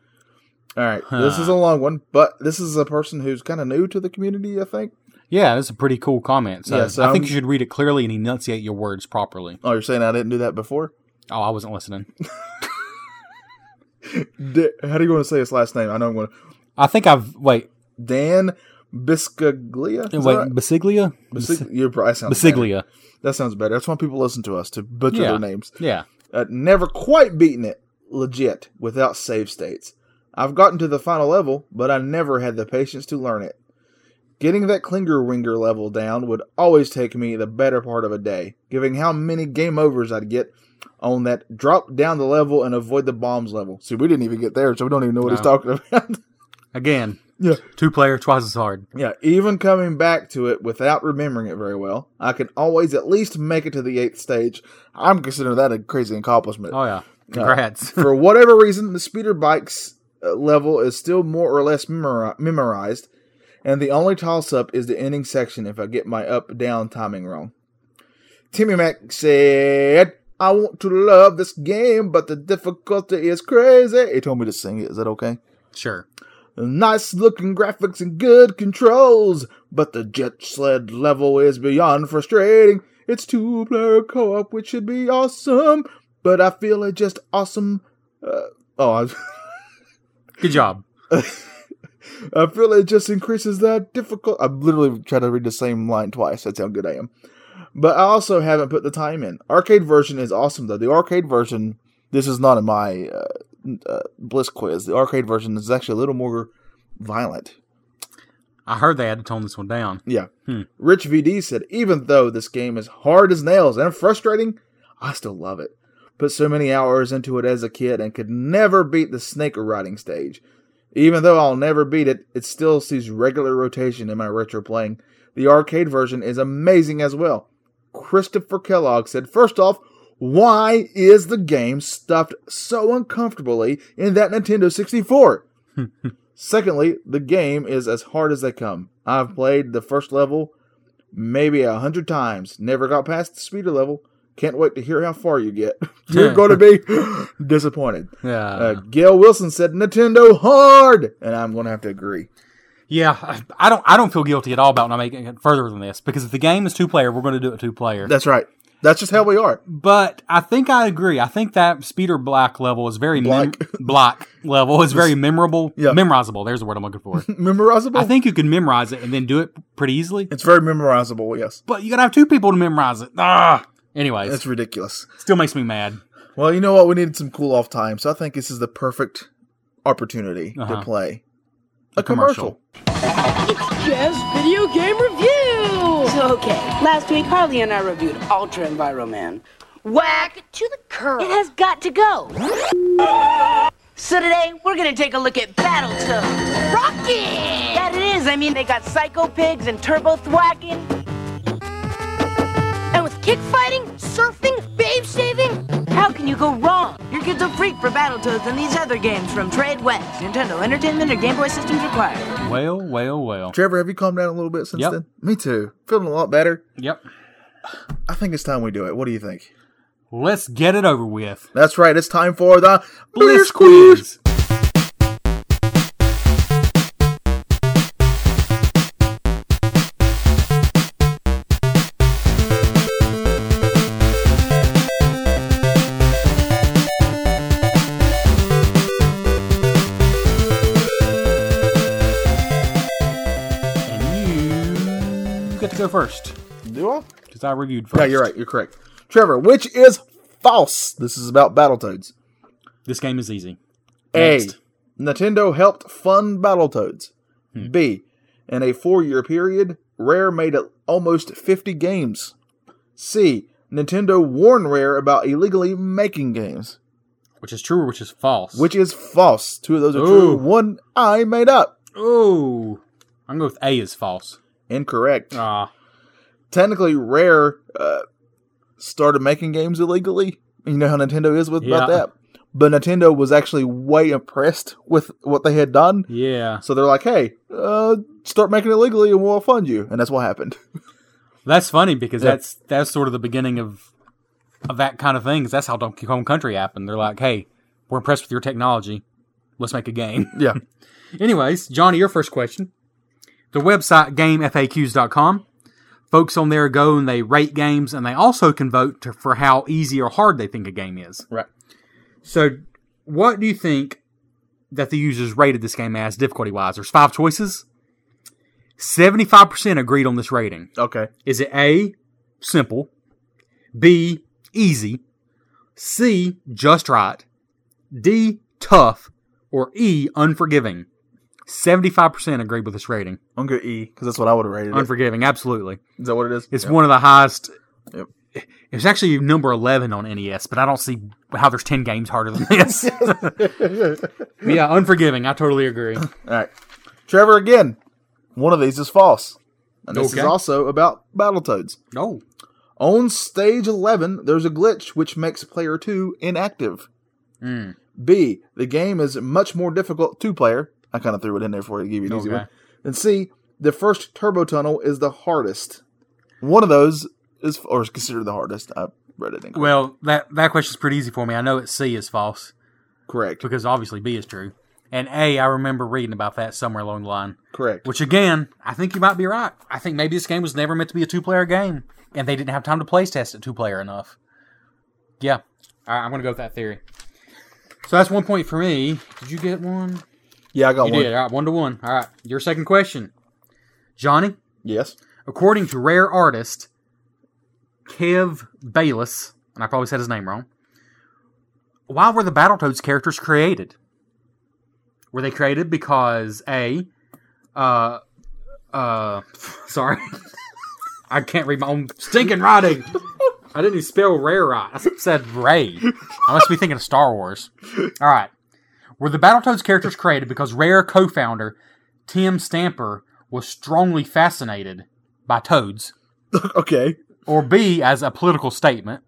S3: All right, this
S2: Huh.
S3: is a long one, but this is a person who's kind of new to the community. I think.
S2: Yeah, that's a pretty cool comment. So,
S3: Yeah, so
S2: I think
S3: I'm-
S2: you should read it clearly and enunciate your words properly.
S3: Oh, you're saying I didn't do that before?
S2: Oh, I wasn't listening.
S3: D- How do you want to say his last name? I know I'm going. to...
S2: I think I've wait
S3: Dan Biscaglia. Is that
S2: wait
S3: right?
S2: Basiglia
S3: Bisig- you're probably- that sounds better.
S2: Basiglia.
S3: That sounds better. That's why people listen to us to butcher
S2: Yeah.
S3: their names.
S2: Yeah,
S3: Uh, never quite beaten it legit without save states. I've gotten to the final level, but I never had the patience to learn it. Getting that Klinger Winger level down would always take me the better part of a day, given how many game overs I'd get on that drop down the level and avoid the bombs level. See, we didn't even get there, so we don't even know what he's
S2: No.
S3: talking about. [laughs]
S2: Again,
S3: Yeah.
S2: two player, twice as hard.
S3: Yeah, even coming back to it without remembering it very well, I can always at least make it to the eighth stage. I'm considering that a crazy accomplishment.
S2: Oh yeah, congrats.
S3: [laughs] For whatever reason, the speeder bike's uh, level is still more or less memori- memorized, and the only toss up is the ending section if I get my up down timing wrong. Timmy Mac said, I want to love this game, but the difficulty is crazy. He told me to sing it. Is that okay?
S2: sure.
S3: Nice looking graphics and good controls, but the jet sled level is beyond frustrating. It's two player co op, which should be awesome, but I feel it just awesome. Uh, oh, I, [laughs]
S2: Good job.
S3: I feel it just increases that difficult. I'm literally trying to read the same line twice. That's how good I am. But I also haven't put the time in. Arcade version is awesome though. The arcade version. This is not in my uh, uh, Bliss quiz. The arcade version is actually a little more violent.
S2: I heard they had to tone this one down.
S3: Yeah.
S2: Hmm.
S3: Rich VD said, even though this game is hard as nails and frustrating, I still love it. Put so many hours into it as a kid and could never beat the snake riding stage. Even though I'll never beat it, it still sees regular rotation in my retro playing. The arcade version is amazing as well. Christopher Kellogg said, first off, why is the game stuffed so uncomfortably in that Nintendo 64? Secondly, the game is as hard as they come. I've played the first level maybe a hundred times, never got past the speeder level. Can't wait to hear how far you get. [laughs] You're going to be disappointed.
S2: Yeah.
S3: Uh, Gail Wilson said Nintendo hard, and I'm going to have to agree.
S2: yeah. I don't. I don't feel guilty at all about not making it further than this because if the game is two player, we're going to do it two player.
S3: That's right. That's just how we are.
S2: But I think I agree. I think that speeder black level is very mem- [laughs] block level is
S3: [laughs]
S2: very memorable,
S3: Yeah.
S2: memorizable. There's the word I'm looking
S3: [laughs]
S2: for.
S3: Memorizable.
S2: I think you can memorize it and then do it pretty easily.
S3: it's very memorizable. Yes,
S2: But you gotta have two people to memorize it. Ah. Anyways,
S3: that's ridiculous.
S2: still makes me mad.
S3: Well, you know what? We needed some cool off time, so I think this is the perfect opportunity to
S2: Uh-huh.
S3: play
S2: A
S3: a commercial.
S4: Jeff's video game review. So, [laughs] okay, last week Harley and I reviewed Ultra Enviroman. Whack!
S5: to the curb.
S4: It has got to go. So today we're gonna take a look at Battletoads.
S5: Rocket!
S4: That it is. I mean, they got Psycho Pigs and Turbo Thwacking.
S5: And with kick fighting, surfing, babe saving,
S4: How can you go wrong? Your kid's a freak for Battletoads and these other games from Trade West, Nintendo Entertainment, or Game Boy Systems required.
S2: Well, well, well.
S3: Trevor, have you calmed down a little bit since
S2: Yep.
S3: then? Me too. Feeling a lot better.
S2: Yep.
S3: I think it's time we do it. What do you think?
S2: Let's get it over with.
S3: That's right. It's time for the
S2: Bliss
S3: Bliss Quiz.
S2: quiz. And you get to go first
S3: Do I?
S2: because I reviewed first.
S3: Yeah, you're right. You're correct. Trevor, which is false? This is about Battletoads.
S2: This game is easy.
S3: A.
S2: Next.
S3: Nintendo helped fund Battletoads.
S2: Hmm.
S3: B. In a four year period, Rare made it almost 50 games. C. Nintendo warned Rare about illegally making games,
S2: Which is true or which is false?
S3: which is false. Two of those are
S2: Ooh.
S3: true. One I made up.
S2: Oh, I'm going with A is false.
S3: Incorrect.
S2: Ah,
S3: Technically, Rare uh, started making games illegally. You know how Nintendo is with about
S2: Yeah.
S3: that. But Nintendo was actually way impressed with what they had done.
S2: yeah.
S3: So they're like, "Hey, uh, start making it legally, and we'll fund you." And that's what happened.
S2: That's funny because
S3: Yeah.
S2: that's that's sort of the beginning of of that kind of thing. 'cause that's how Donkey Kong Country happened. They're like, hey, we're impressed with your technology. Let's make a game. [laughs]
S3: Yeah.
S2: Anyways, Johnny, your first question. The website gamefaqs.com. Folks on there go and they rate games and they also can vote to, for how easy or hard they think a game is.
S3: Right.
S2: So, what do you think that the users rated this game as difficulty wise? There's five choices. 75% agreed on this rating.
S3: Okay.
S2: Is it A, simple, B, easy, C. Just right. D. Tough. Or E. Unforgiving. 75% agree with this rating.
S3: I'm gonna E because that's what I would have rated. it.
S2: Unforgiving, absolutely.
S3: Is that what it is?
S2: It's one of the highest.
S3: Yep.
S2: It's actually number 11 on NES, but I don't see how there's 10 games harder than this. yeah, Unforgiving. I totally agree.
S3: All right, Trevor. Again, one of these is false, and this is
S2: Okay.
S3: also about Battletoads.
S2: No.
S3: On stage 11, there's a glitch which makes player 2 inactive.
S2: Hmm.
S3: B. The game is much more difficult two player. I kind of threw it in there for you to give you an easy
S2: Okay.
S3: one. And C. The first turbo tunnel is the hardest. One of those is or is considered the hardest. I read it incorrect.
S2: Well, that, that question's pretty easy for me. I know it's C is false
S3: Correct.
S2: because obviously B is true. And A, I remember reading about that somewhere along the line.
S3: Correct.
S2: Which again, I think you might be right. I think maybe this game was never meant to be a two-player game, and they didn't have time to play test it two-player enough. Yeah, I, I'm gonna go with that theory. So that's one point for me. Did you get one?
S3: yeah, I got
S2: You
S3: one.
S2: did. All right, one to one. All right, your second question, Johnny.
S3: Yes. [laughs]
S2: According to rare artist Kev Bayless, and I probably said his name wrong. Why were the Battletoads characters created? Were they created because a, uh, uh, [laughs] sorry, I can't read my own stinking writing. I didn't even spell rare right. I said Ray. I must be thinking of Star Wars. All right. Were the Battletoads characters created because Rare co-founder Tim Stamper was strongly fascinated by toads,
S3: Okay.
S2: or B as a political statement,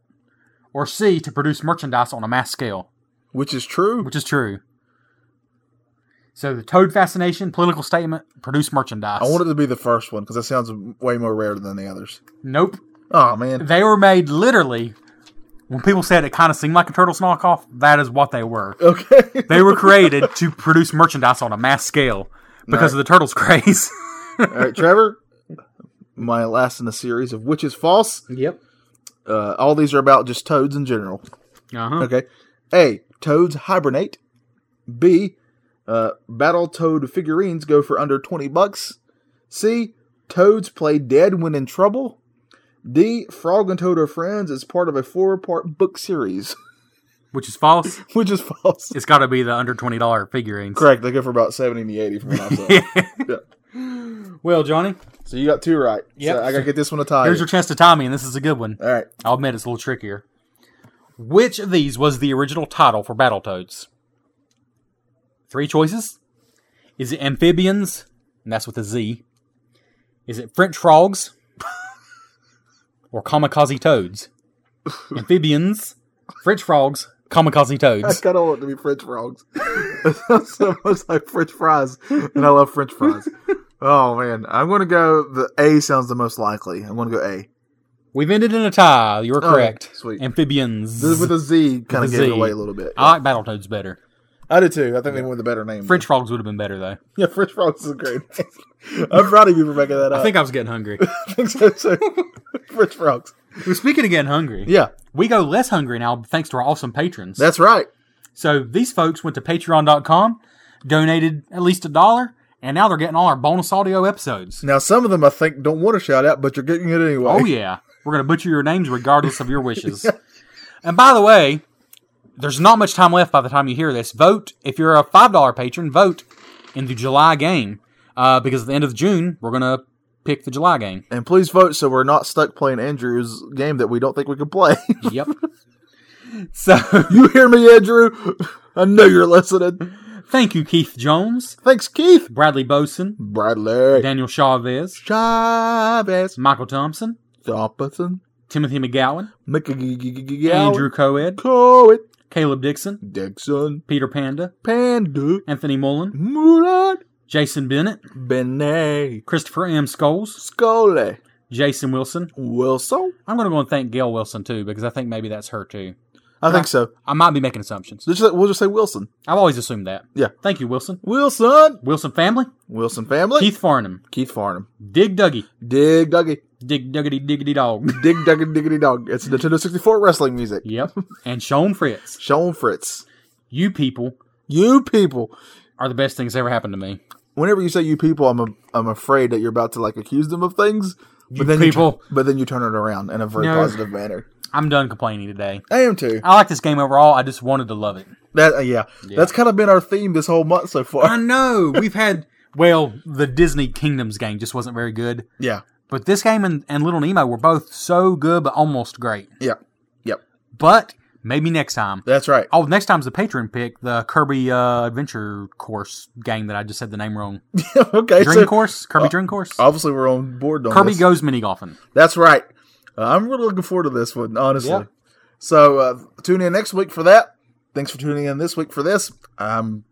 S2: or C to produce merchandise on a mass scale,
S3: Which is true.
S2: which is true. So the toad fascination, political statement, produce merchandise.
S3: I want it to be the first one because that sounds way more rare than the others.
S2: nope.
S3: Oh man. [laughs]
S2: They were made literally when people said it kind of seemed like a turtle's knockoff, that is what they
S3: [laughs]
S2: were.
S3: Okay.
S2: They were created to produce merchandise on a mass scale because of the turtles [laughs] craze.
S3: All right, Trevor. [laughs] My last in the series of which is false.
S2: Yep.
S3: Uh, all these are about just toads in general.
S2: Uh-huh.
S3: Okay. A. Toads hibernate. B. Uh, battle toad figurines go for under 20 bucks. C. Toads play dead when in trouble. D. Frog and Toad are friends is part of a four part book series, [laughs]
S2: Which is false.
S3: which is false.
S2: It's got to be the under twenty dollar figurines.
S3: [laughs] Correct. They go for about 70 to 80 from what I
S2: [laughs]
S3: saw. Yeah.
S2: Well, Johnny,
S3: So you got two right.
S2: Yep.
S3: So I got to get this one a tie.
S2: here's your chance to tie me, and this is a good one.
S3: All right.
S2: I'll admit it's a little trickier. Which of these was the original title for Battletoads? Three choices. Is it amphibians? And that's with a Z. Is it French frogs? [laughs] or kamikaze toads?
S3: [laughs]
S2: amphibians, French frogs, kamikaze
S3: I [laughs]
S2: toads.
S3: kind of want it to be French frogs. It sounds [laughs] so much like French fries, and I love French fries. Oh man, I'm gonna go. The A sounds the most likely. I'm gonna go A.
S2: We've ended in a tie. You were
S3: Oh,
S2: correct.
S3: sweet.
S2: Amphibians.
S3: This with a Z kind of
S2: With a
S3: gave it
S2: Z.
S3: away a little bit.
S2: I like Battletoads better.
S3: I do too. I think they went with a better name.
S2: French frogs would have been better though.
S3: [laughs] yeah, French frogs is a great. name. I'm proud of you for making that up.
S2: I think I was getting hungry.
S3: I think [laughs] so. so. French frogs.
S2: Well, Speaking of getting hungry,
S3: Yeah,
S2: we go less hungry now thanks to our awesome patrons.
S3: that's right.
S2: so these folks went to patreon.com, donated at least a dollar, and now they're getting all our bonus audio episodes.
S3: Now some of them I think don't want to shout out, but you're getting it anyway.
S2: Oh yeah. We're gonna butcher your names regardless of your wishes. And by the way, there's not much time left by the time you hear this. Vote if you're a five dollar patron. Vote in the July game uh, because at the end of June we're gonna pick the July game.
S3: And please vote so we're not stuck playing Andrew's game that we don't think we can play. [laughs]
S2: Yep. so
S3: you hear me, Andrew? I know you're listening.
S2: thank you, Keith Jones,
S3: Thanks, Keith.
S2: Bradley Boson,
S3: Bradley.
S2: Daniel Chavez,
S3: Chavez.
S2: Michael Thompson,
S3: Thompson.
S2: Timothy McGowan, Andrew
S3: Andrew
S2: Coed,
S3: Coet.
S2: Caleb Dixon,
S3: Dixon.
S2: Peter Panda,
S3: Panda.
S2: Anthony Mullen,
S3: Murat.
S2: Jason Bennett,
S3: Benet.
S2: Christopher M. Scholes,
S3: Scully.
S2: Jason Wilson.
S3: Wilson.
S2: I'm going to go and thank Gail Wilson too because I think maybe that's her too.
S3: I
S2: Ah.
S3: think so.
S2: I might be making assumptions.
S3: Let's just- We'll just say Wilson.
S2: I've always assumed that.
S3: Yeah.
S2: Thank you, Wilson.
S3: Wilson.
S2: Wilson family,
S3: Wilson family.
S2: Keith Farnham,
S3: Keith Farnham.
S2: Dig Dougie,
S3: Dig Duggy.
S2: Dig Duggity Diggity Dog. [laughs]
S3: Dig Duggy Diggity Dog. It's Nintendo 64 wrestling music.
S2: Yep. And Sean Fritz.
S3: Sean Fritz.
S2: You people
S3: You people.
S2: are the best things that ever happened to me.
S3: Whenever you say you people, I'm a, I'm afraid that you're about to like accuse them of things. But
S2: You
S3: then
S2: people.
S3: you, tu- but then you turn it around in a very
S2: No.
S3: positive manner.
S2: I'm done complaining today.
S3: I am too.
S2: I like this game overall. I just wanted to love it.
S3: That uh, yeah. that's kind of been our theme this whole month so
S2: I
S3: far.
S2: know we've had well, the Disney Kingdoms game just wasn't very good,
S3: Yeah,
S2: but this game and, and Little Nemo were both so good, but almost great.
S3: yeah, yep.
S2: But maybe next time.
S3: That's right. [laughs]
S2: Oh, next time's the Patreon pick, the Kirby uh, Adventure Course game that I just said the name wrong.
S3: okay,
S2: Dream
S3: so
S2: Course, Kirby Dream Course.
S3: obviously we're on board. On
S2: Kirby
S3: this.
S2: goes mini golfing.
S3: That's right. Uh, I'm really looking forward to this one, honestly.
S2: Yep.
S3: So uh, tune in next week for that. Thanks for tuning in this week for this. I'm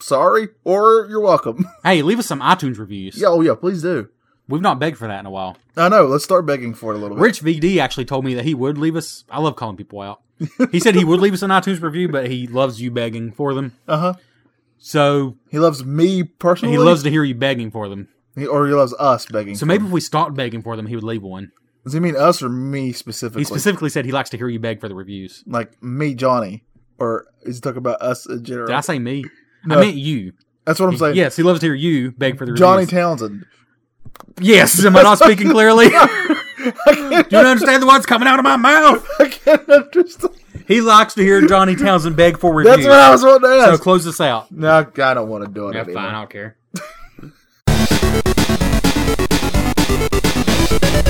S3: sorry, or you're welcome. [laughs]
S2: Hey, leave us some iTunes reviews.
S3: yeah, oh yeah, please do.
S2: We've not begged for that in a while.
S3: I know. Let's start begging for it a little bit.
S2: Rich VD actually told me that he would leave us. I love calling people out. He said he would leave us an iTunes review, but he loves you begging for them.
S3: Uh huh.
S2: So
S3: He loves me personally.
S2: he loves to hear you begging for them.
S3: He- or he loves us begging.
S2: So maybe if we stopped begging for them, he would leave one.
S3: does he mean us or me specifically?
S2: He specifically said he likes to hear you beg for the reviews.
S3: like me, Johnny, or is he talking about us in general?
S2: Did I say me?
S3: No.
S2: I meant you.
S3: That's what I'm saying.
S2: yes, he loves to hear you beg for the
S3: Johnny
S2: reviews.
S3: Townsend. [laughs]
S2: yes, am I not speaking clearly? Do you understand the words coming out of my mouth?
S3: I can't understand.
S2: He likes to hear Johnny Townsend beg for reviews.
S3: That's what I was wanting to
S2: So
S3: ask.
S2: close this out.
S3: no, I don't want to do it
S2: Yeah,
S3: anymore.
S2: fine. I don't care.